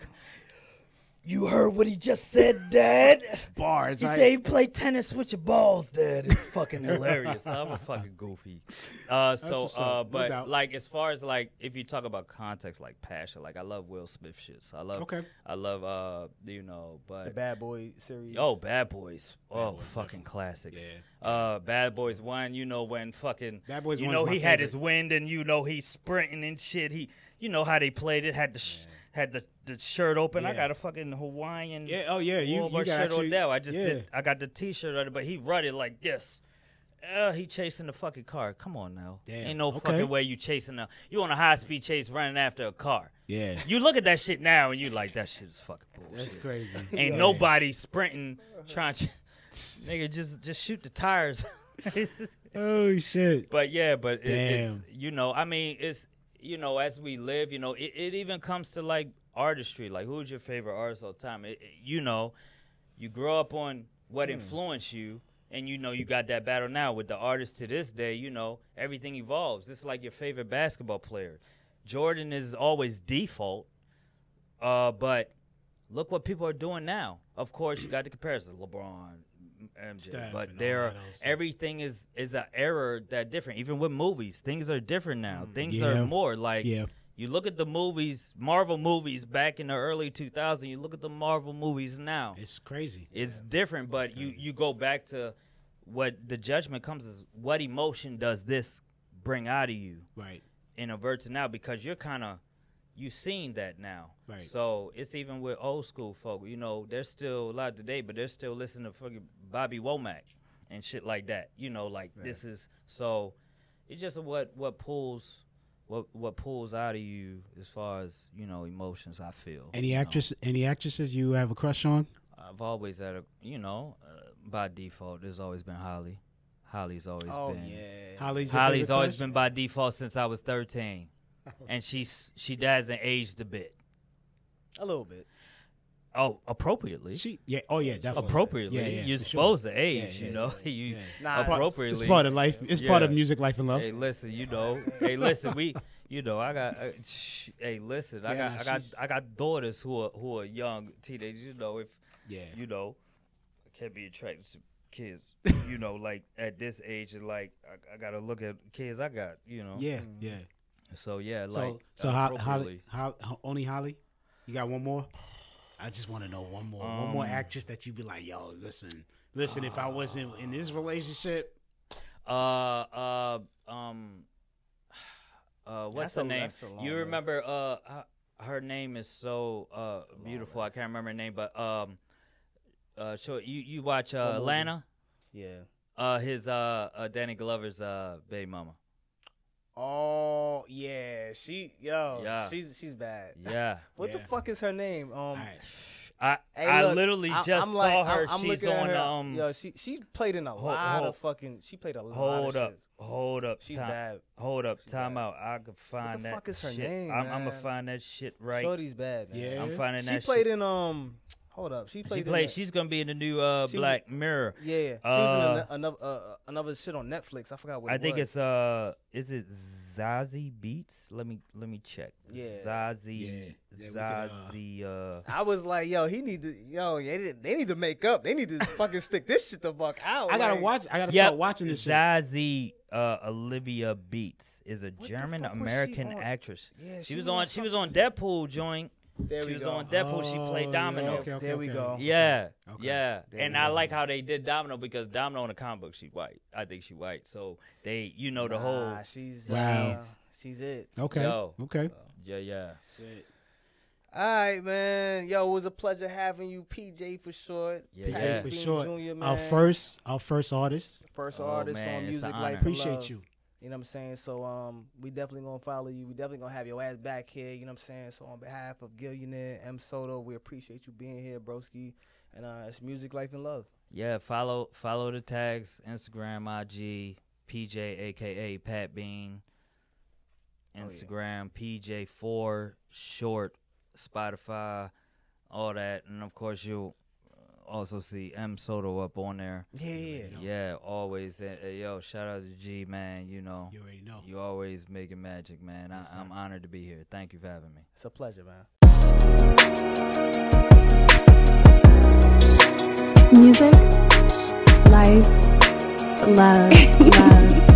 you heard what he just said, Dad?
bars.
He
right?
said he played tennis with your balls, Dad. It's fucking hilarious. I'm a fucking goofy. Uh, so,
what's up.
uh,
No
but
doubt.
like, as far as like, if you talk about context, like passion, like I love Will Smith shit. So I love,
Okay.
I love, uh, you know,
The
but
Bad Boy series.
Oh, Bad Boys. Oh, fucking classics. Uh, Bad Boys One. You know when fucking.
Bad Boys
You
1 is
know
my
he had his
favorite.
wind, and you know he's sprinting and shit. He, you know how they played it. Had the sh- had the, the shirt open. I
Yeah.
got a fucking Hawaiian.
Yeah, oh, yeah, you-
Wilbur
you got
shirt
actually-
on now. I just
yeah.
did. I got the T-shirt on it, but he run it like this. Uh, he chasing the fucking car. Come on now.
Damn.
Ain't no
Okay.
fucking way you chasing a you on a high speed chase running after a car.
Yeah.
You look at that shit now and you like that shit is fucking bullshit.
That's crazy.
Ain't
Yeah.
nobody sprinting trying to nigga just just shoot the tires.
Oh shit.
but yeah, but it, it's
Damn.
you know, I mean, it's you know, as we live, you know, it, it even comes to like artistry. Like, who's your favorite artist all the time? It, it- you know, you grow up on what
Hmm.
influenced you, and you know, you got that battle now with the artists to this day. You know, everything evolves. It's like your favorite basketball player. Jordan is always default, uh, but look what people are doing now. Of course, you got the comparison, LeBron, MJ,
Steph
but
and
there
all
are
that other stuff.
everything is is an error that different. Even with movies, things are different now. Things
Mm. Yeah.
are more like
Yeah.
you look at the movies, Marvel movies back in the early 2000s. You look at the Marvel movies now. It's,
It's crazy.
different, but you you go back to what the judgment comes is what emotion does this bring out of you?
Right.
in Averta now because you're kind of you seen that now.
Right.
So it's even with old school folk. You know, they're still alive today, but they're still listening to fucking Bobby Womack and shit like that. You know, like this is so. It's just what what pulls what what pulls out of you as far as you know emotions. I feel.
Any
you know.
actress any actresses you have a crush on?
I've always had a you know uh, by default. There's always been Holly. Holly's always
Oh
been.
yeah.
Holly's your
Holly's
favorite
always
crush? Oh,
been by default since I was 13, and she's she hasn't aged a bit.
A little bit.
Oh, appropriately.
She yeah, oh yeah, definitely.
appropriately.
Yeah, yeah,
You're
for sure.
supposed to age,
Yeah,
you
yeah,
know. you
yeah.
Nah, it's-
appropriately.
It's part of life. It's part of
Yeah.
music, life, and love.
Hey, listen, you know. hey, listen, we. You know, I got. Uh, sh- hey, listen, I
Yeah,
got,
nah,
I got,
she's-
I got daughters who are who are young teenagers. You know, if
Yeah.
you know, I can't be attracted to kids. you know, like at this age, and like I, I gotta look at kids I got. You know.
Yeah, yeah.
So yeah,
So
like
so Ho- Holly,
appropriately.
Holly, only Holly. You got one more? I just want to know one more, one
Um,
more actress that you be like, yo, listen, listen. if I
uh,
wasn't in this relationship,
Uh, uh, um, uh, Uh, what's
That's a-
her name?
that's a long
You
list.
remember? Uh, her- her name is so uh beautiful. I can't remember her name, but um, uh, sure. You you watch uh,
movie?
Atlanta?
Yeah.
Uh, his uh, uh Danny Glover's uh baby mama.
Oh yeah, she yo,
Yeah.
she's she's bad.
Yeah.
What the
Yeah.
fuck is her name? Um,
Alright.
I
hey,
I
look,
literally
I-
just
I'm
saw
like-
her.
I'm- I'm
She's
looking at
on
her.
um.
yo, she she played in a
Hold-
lot
hold-
of fucking. She played a lot
hold
of
up.
shit.
Hold up.
She's
time,
bad.
Hold up.
She's
time
bad.
out. I could find that.
fuck is her
shit.
name,
I'm, I'm gonna
man?
find that shit right.
Shorty's bad, man.
Yeah.
I'm finding
She
that.
played
shit.
in um. Hold up, she played.
She played.
In a-
She's gonna be in the new uh
She was-
Black Mirror.
yeah, yeah. She was in another uh, uh, another shit on Netflix. I forgot what.
I
it
think
was.
it's uh, is it Zazie Beats? Let me let me check.
Yeah.
Zazie.
Yeah, we could, uh,
Zazie. uh,
I was like, yo, he need to, yo, they, need- they need to make up. They need to fucking stick this shit the fuck out.
I gotta
like-
watch. I gotta
yep,
start watching this shit.
Zazie uh, Olivia Beats is a
the
German
fuck was she
American
on?
actress.
Yeah,
she, was on. She was on Deadpool joint.
There
she
we
was
go.
on Deadpool. she
Oh,
played
yeah,
Domino.
okay, okay,
There we
Oh, okay.
go.
Yeah,
Okay.
yeah,
There
and
we
I
go.
like how they did Domino because Domino in the comic book she white. I think she white, so they, you know, the whole
Nah, she's
Wow.
uh, she's it.
Okay.
Yo.
Okay.
yeah, yeah.
All right, man. Yo, it was a pleasure having you, PJ for short.
Yeah,
Patrick
yeah.
For
Bean
sure.
Jr., man.
Our first, our first artist.
first
Oh,
artist
man,
on
it's
music
an
like
honor.
Appreciate
Love.
you.
You know what I'm saying? So um, we definitely gonna follow you. We definitely gonna have your ass back here. You know what I'm saying? So on behalf of Gillionaire M Soto, we appreciate you being here, Broski. And uh, it's music, life, and love.
Yeah, follow follow the tags Instagram IG PJ aka Pat Bean.
yeah.
Instagram PJ4 short Spotify all that and of course you also see M Soto up on there.
Yeah, yeah.
know.
Yeah, always and, uh, yo shout out to G man, you know.
You already know.
You always making magic, man. I, I'm honored to be here. Thank you for having me.
It's a pleasure, man.
Music, life, love, love.